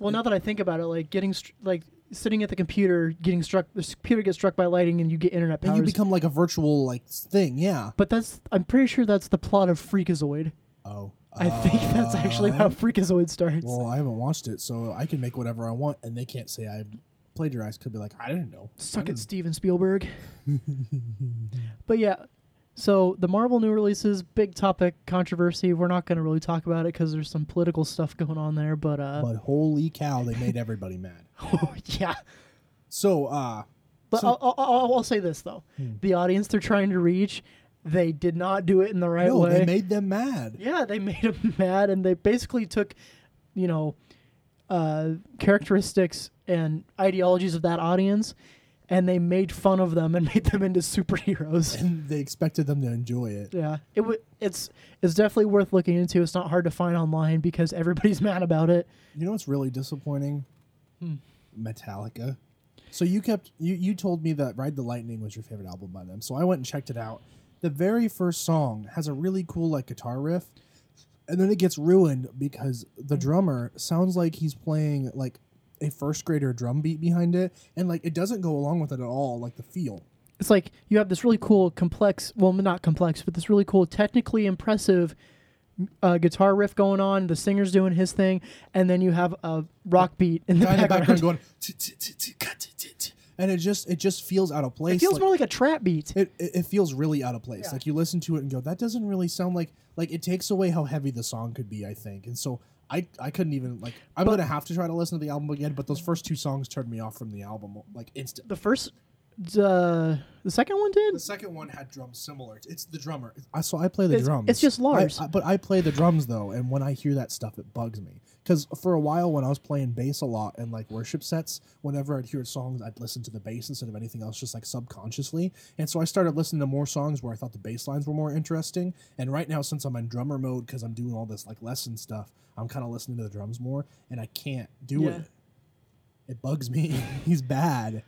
well, now that I think about it, like getting str- like sitting at the computer, getting struck, the s- computer gets struck by lightning, and you get internet
and
powers.
you become like a virtual like thing, yeah.
but that's I'm pretty sure that's the plot of Freakazoid.
Oh,
I think that's actually
Ah.
how Freakazoid starts.
Well, I haven't watched it, so I can make whatever I want, and they can't say I plagiarized. Could be like I didn't know.
Suck it, Steven
(laughs)
Spielberg. but yeah, so the Marvel new releases, big topic controversy. We're not going to really talk about it because there's some political stuff going on there. But uh, oh,
But holy cow, they made everybody mad.
(laughs) yeah.
So, uh,
But
So- Hmm.
I'll, I'll, I'll say this though: the audience they're trying to reach, they did not do it in the right
no,
way.
they made them mad.
yeah, they made him (laughs) mad, and they basically took, you know, uh, characteristics and ideologies of that audience, and they made fun of them and (laughs) made them into superheroes.
And they expected them to enjoy it.
Yeah, it w- it's it's definitely worth looking into. It's not hard to find online because everybody's (laughs) mad about it.
You know what's really disappointing?
Hmm.
Metallica. So you kept you you told me that Ride the Lightning was your favorite album by them. So I went and checked it out. The very first song has a really cool like guitar riff, and then it gets ruined because the drummer sounds like he's playing like a first grader drum beat behind it, and like it doesn't go along with it at all, like
(laughs)
the feel.
it's like you have this really cool complex well not complex but this really cool technically impressive uh, guitar riff going on the singer's doing his thing and then you have a rock beat in the
Guy in the
background,
background going, "T- t- t- t- cut, t- t- t," and it just it just feels out of
(laughs)
place.
it feels
like-
more like a trap beat
it, it, it feels really out of place.
Yeah.
Like you listen to it and go, that doesn't really sound like like it takes away how heavy the song could be. I think, and so I I couldn't even like I'm gonna have to try to listen to the album again. But those first two songs turned me off from the album like instantly.
the first uh, the second one did
The second one had drums similar. It's the drummer. I so I play the
It's-
drums.
it's just
I-
Lars.
I- but I play the drums though, and when I hear that stuff, it bugs me. Because for a while, when I was playing bass a lot and like worship sets, whenever I'd hear songs, I'd listen to the bass instead of anything else, just like subconsciously. And so I started listening to more songs where I thought the bass lines were more interesting. And right now, since I'm in drummer mode because I'm doing all this like lesson stuff, I'm kind of listening to the drums more, and I can't do
Yeah.
it. It bugs me. (laughs) He's bad.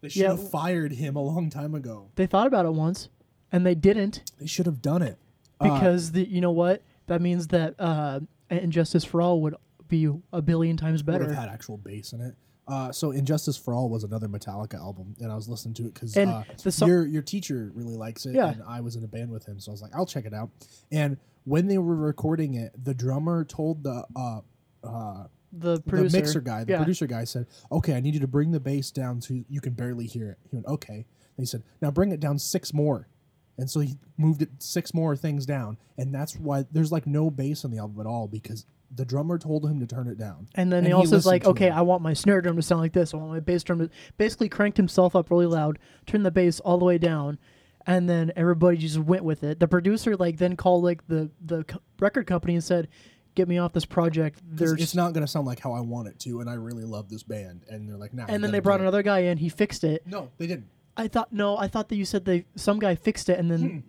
They should
Yeah.
have fired him a long time ago.
they thought about it once and they didn't
They should have done it. Uh,
because the you know what that means that uh, injustice for all would be a billion times
would have
better
had actual bass in it. Uh, so Injustice for All was another Metallica album, and I was listening to it because
And
uh,
the so-
your your teacher really likes it,
Yeah.
and I was in a band with him, so I was like, I'll check it out. And when they were recording it, the drummer told the uh, uh,
the producer
the mixer guy, the
yeah.
producer guy said, "Okay, I need you to bring the bass down so you can barely hear it." He went, "Okay." And he said, "Now bring it down six more." And so he moved it six more things down, and that's why there's like no bass on the album at all because the drummer told him to turn it down.
And then he
he
also is
listened
like,
to
okay,
it.
I want my snare drum to sound like this. I want my bass drum to basically cranked himself up really loud, turned the bass all the way down, and then everybody just went with it. The producer like then called like the the co- record company and said, get me off this project.
'Cause
There's
it's not going to sound like how I want it to, and I really love this band. And they're like, nah. you
and then
gotta
they brought
do it."
another guy in. He fixed it.
No, they didn't.
I thought no, I thought that you said they some guy fixed it and
Hmm.
then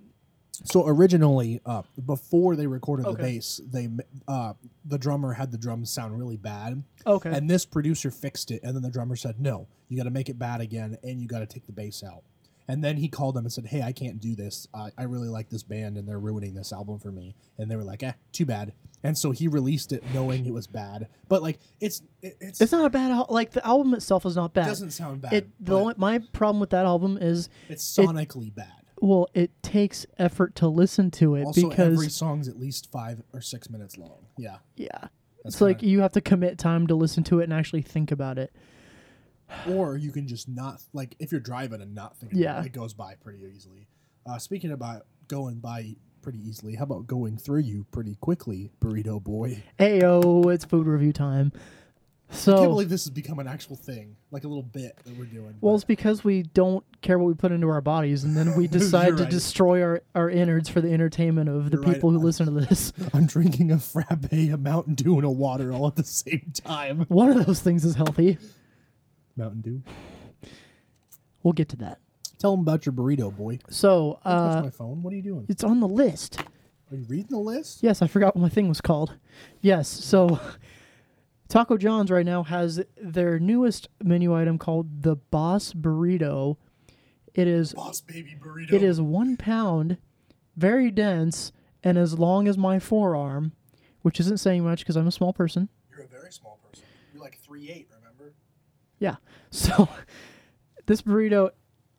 So originally, uh, before they recorded the
Okay.
bass, they uh, the drummer had the drums sound really bad,
okay.
and this producer fixed it. And then the drummer said, "No, you got to make it bad again, and you got to take the bass out." And then he called them and said, "Hey, I can't do this. I, I really like this band, and they're ruining this album for me." And they were like, "Eh, too bad." And so he released it knowing it was bad, but like it's it, it's,
it's not a bad al- like the album itself is not bad.
doesn't sound bad.
it the
but
only, my problem with that album is
it's sonically bad.
well it takes effort to listen to it
Also,
because
every song's at least five or six minutes long. Yeah,
Yeah.
That's
it's like you have to commit time to listen to it and actually think about it.
or you can just not like if you're driving and not thinking.
Yeah.
about it, it goes by pretty easily. Uh, speaking about going by pretty easily, how about going through you pretty quickly, burrito boy?
Ayo, it's food review time.
I can't
So,
believe this has become an actual thing, like a little bit that we're doing.
well, it's
but
because we don't care what we put into our bodies, and then we decide
(laughs) You're
to
right.
destroy our, our innards for the entertainment of the
You're right.
people who listen to this. (laughs)
I'm drinking a frappe, a Mountain Dew, and a water all at the
(laughs)
same time.
One of those things is healthy.
Mountain Dew.
We'll get to that.
Tell them about your burrito, boy.
So,
Touch
uh,
my phone. What are you doing?
it's on the list.
Are you reading the list?
Yes, I forgot what my thing was called. Yes, so (laughs) Taco John's right now has their newest menu item called the Boss Burrito. It is
Boss baby burrito.
it is one pound, very dense, and as long as my forearm, which isn't saying much because I'm a small person.
You're a very small person. You're like three eight. Remember?
Yeah. (laughs) So this burrito,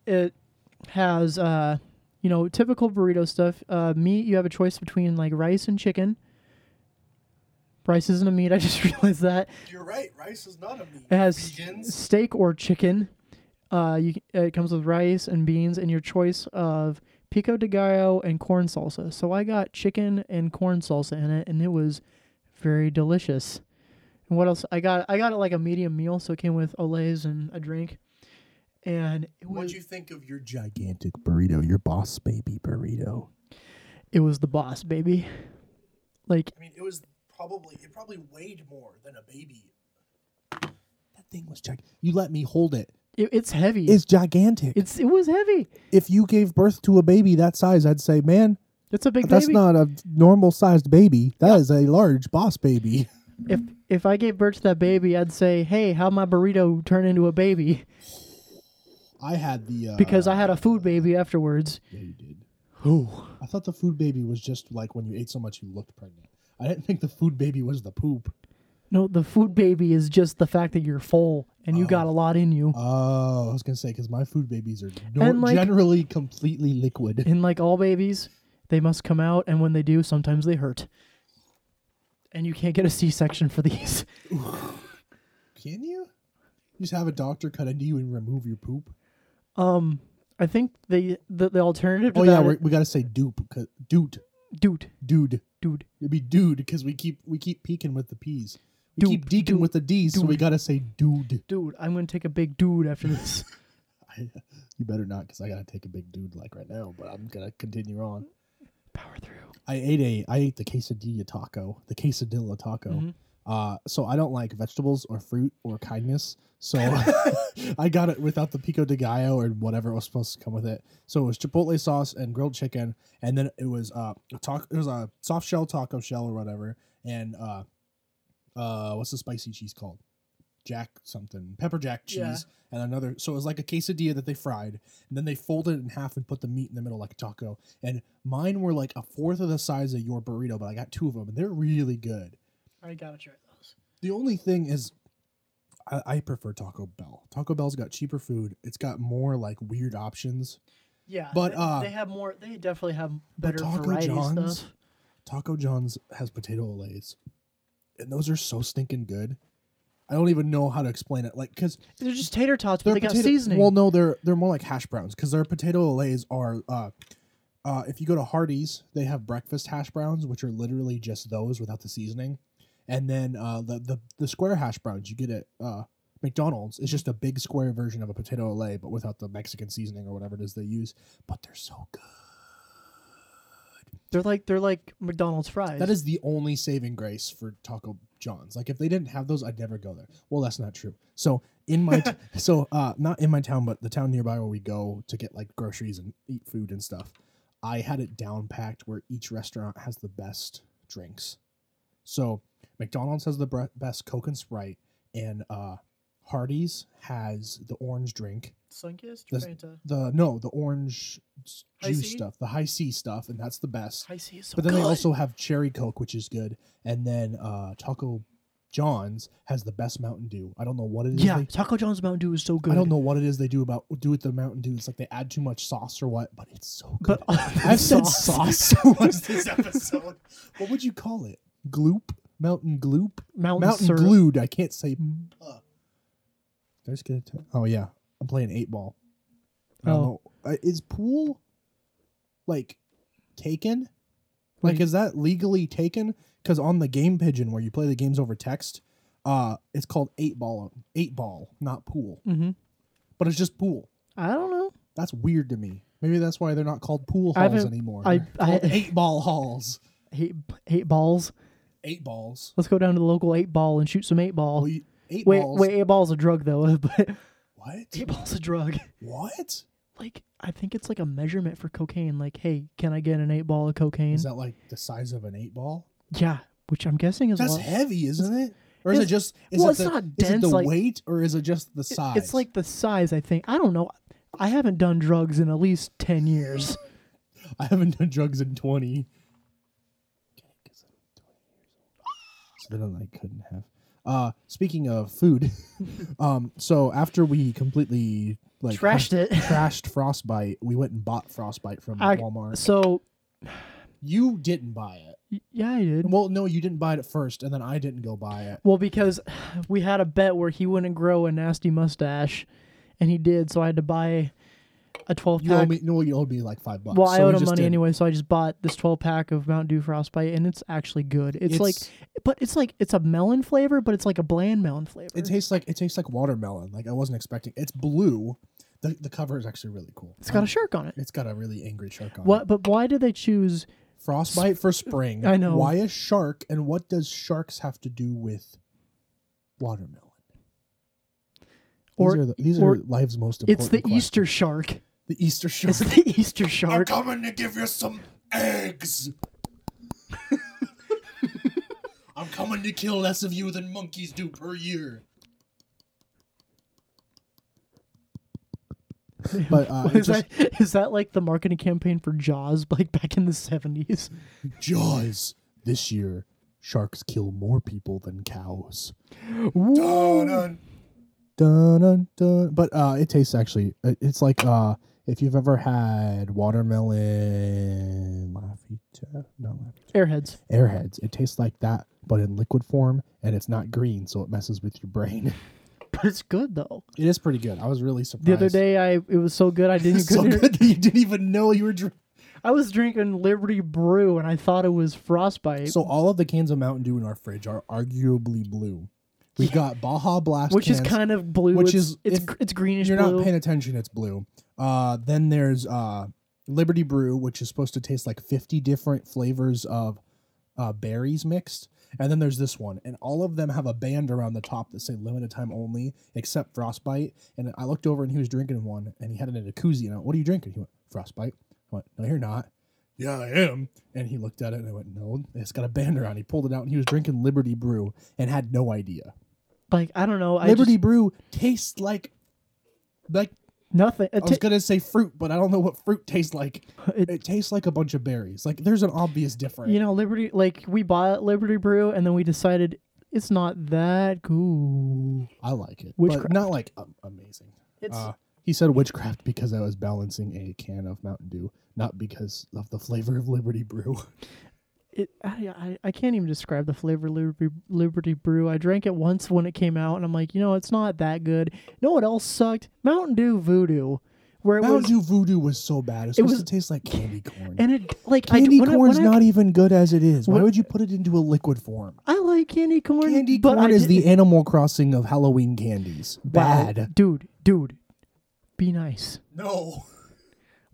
it has uh, you know typical burrito stuff. Uh, meat you have a choice between like rice and chicken. Rice isn't a meat. (laughs) I just realized that.
You're right. Rice is not a meat.
It has steak or chicken. Uh, you, c- it comes with rice and beans and your choice of pico de gallo and corn salsa. So I got chicken and corn salsa in it, and it was very delicious. And what else? I got I got it like a medium meal, so it came with Olays and a drink. And it
What'd
was
you think of your gigantic burrito, your boss baby burrito?
it was the boss, baby. Like
I mean, it was probably it probably weighed more than a baby. That thing was gigantic. You let me hold it.
it, it's heavy.
It's gigantic.
it's it was heavy.
if you gave birth to a baby that size, I'd say, man,
It's a big
that's
baby.
not a normal sized baby. That is a large boss (laughs) baby.
if if I gave birth to that baby, I'd say, "Hey, how my burrito turn into a baby?"
I had the uh,
because I had a food baby afterwards.
yeah, you did.
Oh,
I thought the food baby was just like when you ate so much you looked pregnant. I didn't think the food baby was the poop.
No, the food baby is just the fact that you're full and you got a lot in you.
Oh, I was gonna say because my food babies are nor-
like-
generally completely liquid.
And like all babies, they must come out, and when they do, sometimes they hurt. And you can't get a C-section for these. (laughs)
Can you? You just have a doctor cut into you and remove your poop.
Um, I think the the, the alternative. To
Oh yeah,
that
we're,
is-
we gotta say dupe, 'cause- dude,
dude,
dude.
dude,
It'd be dude because we keep we keep peeking with the p's. We
Dude,
keep deeking
dude,
with the d's, so we gotta say dude.
dude. I'm gonna take a big dude after
(laughs)
this.
I, you better not, because I gotta take a big dude like right now. But I'm gonna continue on.
Power through.
I ate a I ate the quesadilla taco, the quesadilla taco.
Mhm.
Uh, so I don't like vegetables or fruit or kindness. So (laughs) I got it without the pico de gallo or whatever was supposed to come with it. So it was chipotle sauce and grilled chicken, and then it was uh a taco. It was a soft shell taco shell or whatever, and uh, uh, what's the spicy cheese called? Jack something pepper jack cheese
Yeah.
and another. So it was like a quesadilla that they fried, and then they folded it in half and put the meat in the middle like a taco. And mine were like a fourth of the size of your burrito, but I got two of them, and they're really good.
I gotta try those.
The only thing is, I, I prefer Taco Bell. Taco Bell's got cheaper food. It's got more like weird options.
Yeah,
But,
they,
uh,
they have more. They definitely have better
Taco
variety
John's?
stuff.
Taco John's has potato olays, and those are so stinking good. I don't even know how to explain it. Like, because
They're just tater tots, but
they're
they got
potato-
seasoning.
Well, no, they're they're more like hash browns because their potato olays are. Uh, uh, if you go to Hardee's, they have breakfast hash browns, which are literally just those without the seasoning, and then uh, the, the the square hash browns you get at uh, McDonald's is just a big square version of a potato olay, but without the Mexican seasoning or whatever it is they use. But they're so good.
They're like they're like McDonald's fries.
That is the only saving grace for Taco John's. Like if they didn't have those, I'd never go there. Well, that's not true. So in
(laughs)
my t- so uh not in my town, but the town nearby where we go to get like groceries and eat food and stuff. I had it down packed where each restaurant has the best drinks. So McDonald's has the bre- best Coke and Sprite, and uh Hardee's has the orange drink.
Sunkist,
Does- The no, the orange s-
High
juice
C?
stuff, the high C stuff, and that's the best
I see. It's so
but then
good.
they also have cherry coke, which is good, and then uh, Taco John's has the best Mountain Dew. I don't know what it is.
yeah,
they,
Taco John's Mountain Dew is so good.
I don't know what it is they do about do with the Mountain Dew. It's like they add too much sauce or what, but (laughs) it's so good.
(laughs) but
(laughs)
(laughs)
I've said sauce so much this episode. What would you call it? Gloop Mountain Gloop.
Mountain,
Mountain
Sur-
Glued. I can't say.
Mm.
Did I just get a t- oh yeah, I'm playing eight ball. I don't
Oh.
know. Uh, Is pool like taken?
What
Like,
do you-
is that legally taken? Because on the game pigeon where you play the games over text, uh, it's called eight ball, eight ball, not pool,
Mhm.
but it's just pool.
I don't know.
That's weird to me. Maybe that's why they're not called pool
I
halls
haven't-
anymore.
I-
They're called
I-
eight ball halls.
Hate hate balls.
Eight balls.
Let's go down to the local eight ball and shoot some eight ball.
Well, Oh, you- eight
wait,
balls.
wait, eight ball's a drug though. (laughs) but
What?
eight ball's a drug.
What?
Like I think it's like a measurement for cocaine. Like, hey, can I get an eight ball of cocaine?
Is that like the size of an eight ball?
yeah, which I'm guessing is a
That's
lot-
heavy, isn't it? Or is it
it's-
just is
well,
it
it's
the,
not
is it
dense,
the
like-
weight or is it just the
It-
size?
It's like the size. I think I don't know. I haven't done drugs in at least ten
(laughs)
years.
(laughs) I haven't done drugs in twenty. So then I couldn't have. Uh, speaking of
(laughs)
food, um, so after we completely like
Trashed it.
(laughs) trashed Frostbite, we went and bought Frostbite from
I-
Walmart.
So
You didn't buy it.
y- yeah, I did.
Well, no, you didn't buy it at first, and then I didn't go buy it.
Well, because we had a bet where he wouldn't grow a nasty mustache, and he did. So I had to buy a twelve
You owe
pack.
me no, you owed me like five bucks.
well, I
so we
owed him
just
money
didn't.
anyway, so I just bought this twelve pack of Mountain Dew Frostbite, and it's actually good. It's, like, but it's like it's a melon flavor, but it's like a bland melon flavor.
It tastes like it tastes like watermelon. Like I wasn't expecting. It's blue. The, the cover is actually really cool. Um,
it's got a shark on it.
It's got a really angry shark on
What? But why did they choose?
it. Frostbite for spring.
I know.
Why a shark? And what does sharks have to do with watermelon?
Or-
these are, the, these
or-
are life's most important.
It's the
questions.
Easter shark. (laughs)
The Easter shark.
It's the Easter
I'm (laughs)
shark.
coming to give you some eggs. (laughs) I'm coming to kill less of you than monkeys do per year. But uh,
Is that is that like the marketing campaign for Jaws, like back in the seventies?
Jaws this year, sharks kill more people than cows. dun. Dun, dun. But uh, it tastes actually. it- It's like uh, if you've ever had watermelon, Laffy Ta- not Laffy Ta-
Airheads.
Airheads. It tastes like that, but in liquid form, and it's not green, so it messes with your brain. (laughs)
But it's good though.
It is pretty good. I was really surprised.
The other day, I it was so
(laughs)
good I didn't.
it's so
couldn't-
good that you didn't even know you were drinking.
I was drinking Liberty Brew and I thought it was frostbite,
So all of the cans of Mountain Dew in our fridge are arguably blue. We got Baja Blast,
which is
cans.
kind of blue.
which
Which
is-
is it's
if
gr- it's greenish
you're
blue.
not paying attention. It's blue. Uh, then there's uh, Liberty Brew, which is supposed to taste like 50 different flavors of uh, berries mixed. And then there's this one, and all of them have a band around the top that say limited time only, except Frostbite. And I looked over, and he was drinking one, and he had it in a koozie. And I went, "What are you drinking?" He went, "Frostbite." I went, "No, you're not." Yeah, I am. And he looked at it, and I went, "No, it's got a band around." He pulled it out, and he was drinking Liberty Brew, and had no idea.
like I don't know. I
Liberty
just,
Brew tastes like like
nothing. It
I was
ta-
gonna say fruit, but I don't know what fruit tastes like.
It-
It tastes like a bunch of berries. Like there's an obvious difference.
you know, Liberty. Like we bought Liberty Brew and then we decided it's not that cool.
I like it, but
Witchcraft.
not like um, amazing.
It's
Uh, he said witchcraft because I was balancing a can of Mountain Dew, not because of the flavor of Liberty Brew.
it. I, I I can't even describe the flavor of Liberty Liberty Brew. I drank it once when it came out and I'm like, you know, it's not that good. You know what else sucked? Mountain Dew Voodoo, where it
Mountain
was.
Dew Voodoo was so bad. It's supposed
was-
to taste like candy corn.
and it like
candy
I, when I- when
corn's
I-
not even good as it is. Why
What-
would you put it into a liquid form?
I like candy corn.
Candy
but
corn
I
is
didn't-
the Animal Crossing of Halloween candies.
Wow.
Bad.
Dude, dude, be nice.
No.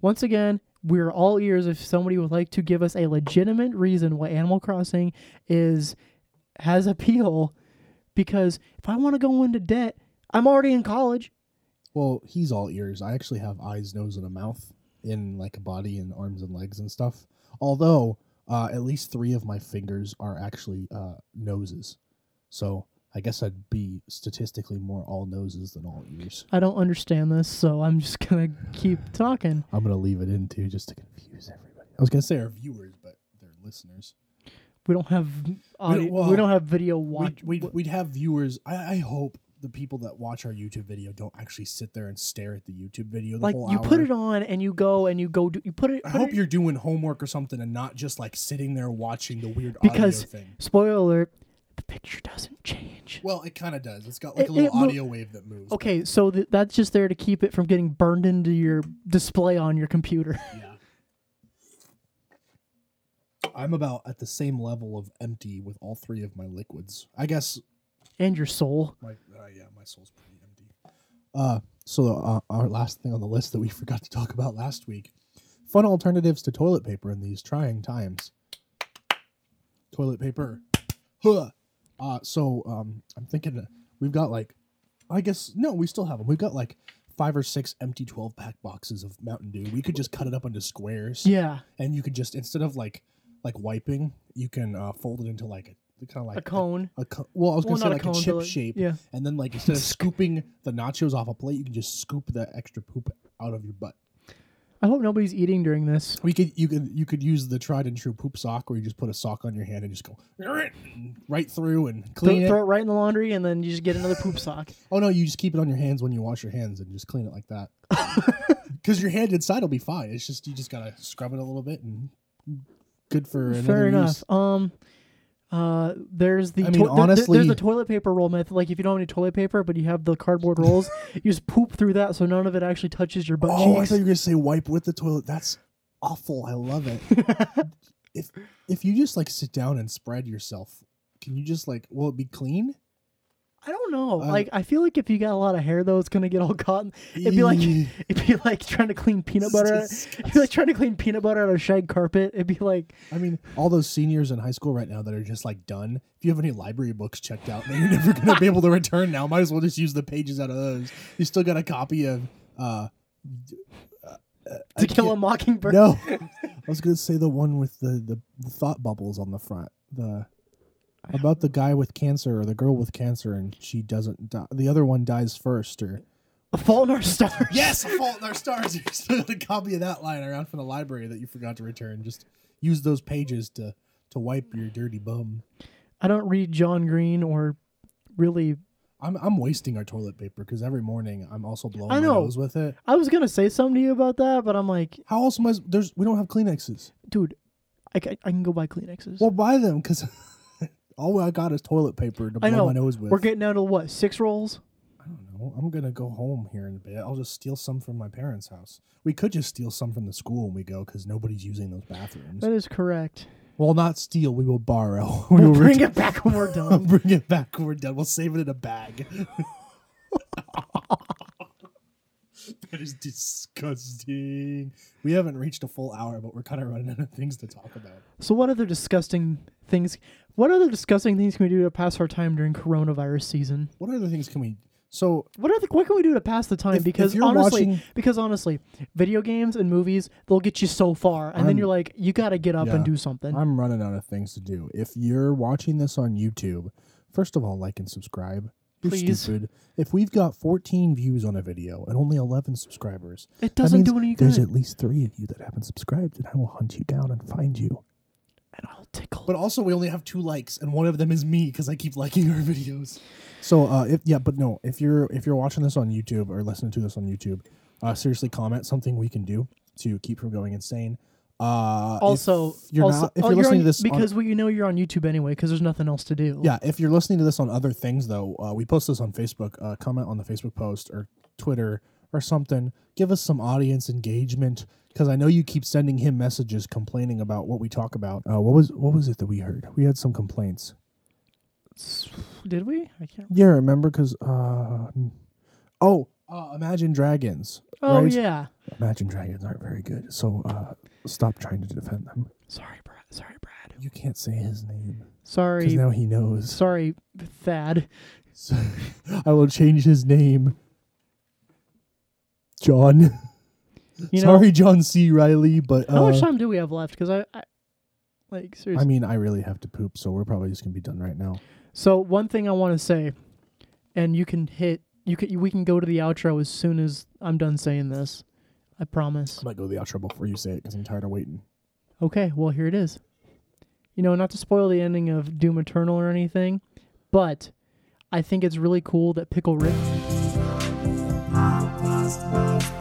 Once again, we're all ears if somebody would like to give us a legitimate reason why Animal Crossing is has appeal because if I want to go into debt, I'm already in college.
Well, he's all ears. I actually have eyes, nose, and a mouth in like a body and arms and legs and stuff. Although, uh, at least three of my fingers are actually uh, noses. So I guess I'd be statistically more all noses than all ears.
I don't understand this, so I'm just (laughs) going to keep talking.
I'm going to leave it in too just to confuse everybody. I was going to say our viewers, but they're listeners.
We don't have audio, we,
well,
don't have video watch.
We'd, we'd, we'd have viewers. I, I hope the people that watch our YouTube video don't actually sit there and stare at the YouTube video the
like
whole
you
hour.
put it on and you go and you go do, you put it
I
put
hope
it-
you're doing homework or something and not just like sitting there watching the weird
Because-
audio thing.
spoiler alert picture doesn't change.
Well, it kind of does. It's got like
It-
a little
it mo-
audio wave that moves.
Okay, so th- that's just there to keep it from getting burned into your display on your computer. (laughs)
Yeah. I'm about at the same level of empty with all three of my liquids. I guess
and your soul.
my uh, yeah, my soul's pretty empty. Uh, so uh, our last thing on the list that we (laughs) forgot to talk about last week: fun alternatives to toilet paper in these trying times. Toilet paper. Huh. Uh, so um, I'm thinking uh, we've got like, I guess no, we still have them. We've got like five or six empty twelve pack boxes of Mountain Dew. We could just cut it up into squares
Yeah,
and you could just instead of like like wiping, you can uh, fold it into like a kind of (laughs) like
a cone.
A, co- well, I was
Well,
gonna
not a
say like a,
cone, but
chip
like-
shape,
yeah.
and then
(laughs)
like instead of scooping the nachos off a plate, you can just scoop the extra poop out of your butt.
I hope nobody's eating during this.
We could you could you could use the tried and true poop sock, where you just put a sock on your hand and just go (laughs) and right through and clean
Throw,
it.
throw it right in the laundry, and then you just get another poop
(laughs)
sock.
Oh no, you just keep it on your hands when you wash your hands and just clean it like
(laughs)
that. Because your hand inside will be fine. It's just you just gotta scrub it a little bit and good for another
Fair enough.
use.
Um, uh, there's the
I mean,
toi- there- there-
honestly-
there's the toilet paper roll method. Like if you don't have any toilet paper, but you have the
(laughs)
cardboard rolls, you just poop through that, so none of it actually touches your butt
Oh, I
cheeks.
thought you were gonna say wipe with the toilet. That's awful. I love it. if if you just like sit down and spread yourself, can you just like will it be clean?
I don't know.
Um,
like I feel like if you got a lot of hair, though, it's gonna get all caught. in- It'd be
(laughs)
like (laughs)
Eee.
it'd be like trying to clean peanut butter. It'd be like trying to clean peanut butter on a shag carpet. It'd be like
I mean, all those seniors in high school right now that are just like done. If you have any library books checked out, that you're never gonna be able to return now. Might as well just use the pages out of those. You still got a copy of. uh
to kill a
(laughs)
mockingbird. (laughs)
No, I was gonna say the one with the, the the thought bubbles on the front. The about the guy with cancer or the girl with cancer, and she doesn't die. The other one dies first, or
A fault in our stars.
yes, a fault in our stars. (laughs) You still got a copy of that line around from the library that you forgot to return. Just use those pages to to wipe your dirty bum.
I don't read John Green or really.
I'm I'm wasting our toilet paper because every morning I'm also blowing
I
my
know.
nose with it.
I was gonna say something to you about that, but I'm like,
How else am I? There's we don't have Kleenexes.
dude, I, ca- I can go buy Kleenexes.
Well, buy them because (laughs) all I got is toilet paper to
I
blow
know.
my nose with.
We're getting out of what six rolls?
I don't know. I'm gonna go home here in a bit. I'll just steal some from my parents' house. We could just steal some from the school when we go because nobody's using those bathrooms.
That is correct.
Well, not steal. We will borrow. (laughs) We
We'll
will
(laughs) bring it back when we're
I'll
done.
(laughs) bring it back when we're done. We'll save it in a bag. (laughs) that is disgusting. We haven't reached a full hour, but we're kind of running out of things to talk about.
so, what other disgusting things? What other disgusting things can we do to pass our time during coronavirus season?
What other things can we? So
What are the, What can we do to pass the time?
If- if
because
you're
honestly,
watching-
because honestly, video games and movies they'll get you so far, and
I'm-
then you're like, you gotta get up
Yeah.
and do something.
I'm running out of things to do. If you're watching this on YouTube, first of all, like and subscribe. You're
Please.
stupid. If we've got 14 views on a video and only 11 subscribers,
it
that
doesn't
means
do any
There's
good,
at least three of you that haven't subscribed, and I will hunt you down and find you.
and I'll tickle.
But also, we only have two likes, and one of them is me because I keep liking our videos. So, uh, if, yeah, but no, if you're if you're watching this on YouTube or listening to this on YouTube, uh, seriously, comment something we can do to keep from going insane. Uh, if
also,
you're
also,
not, if
oh,
you're listening
on-
to this on-
because we you know you're on YouTube anyway, because there's nothing else to do.
yeah, if you're listening to this on other things, though, uh, we post this on Facebook. Uh, comment on the Facebook post or Twitter or something. Give us some audience engagement because I know you keep sending him messages complaining about what we talk about. Uh, what was what was it that we heard? We had some complaints.
S- Did we? I can't.
Yeah, remember? Because uh, oh, uh, Imagine Dragons.
Oh
right?
yeah.
Imagine Dragons aren't very good, so uh, stop trying to defend them.
Sorry, Brad. Sorry, Brad.
You can't say his name because
Sorry.
now he knows.
Sorry, Thad.
So, I will change his name. John.
You know,
Sorry, John C. Riley, but
how
uh,
much time do we have left? Because I, I, like, seriously.
I mean, I really have to poop, so we're probably just gonna be done right now.
so one thing I want to say, and you can hit. You can. We can go to the outro as soon as I'm done saying this. I promise.
I might go to the outro before you say it because I'm tired of waiting.
Okay. Well, here it is. You know, not to spoil the ending of Doom Eternal or anything, but I think it's really cool that Pickle Rick.
I was lost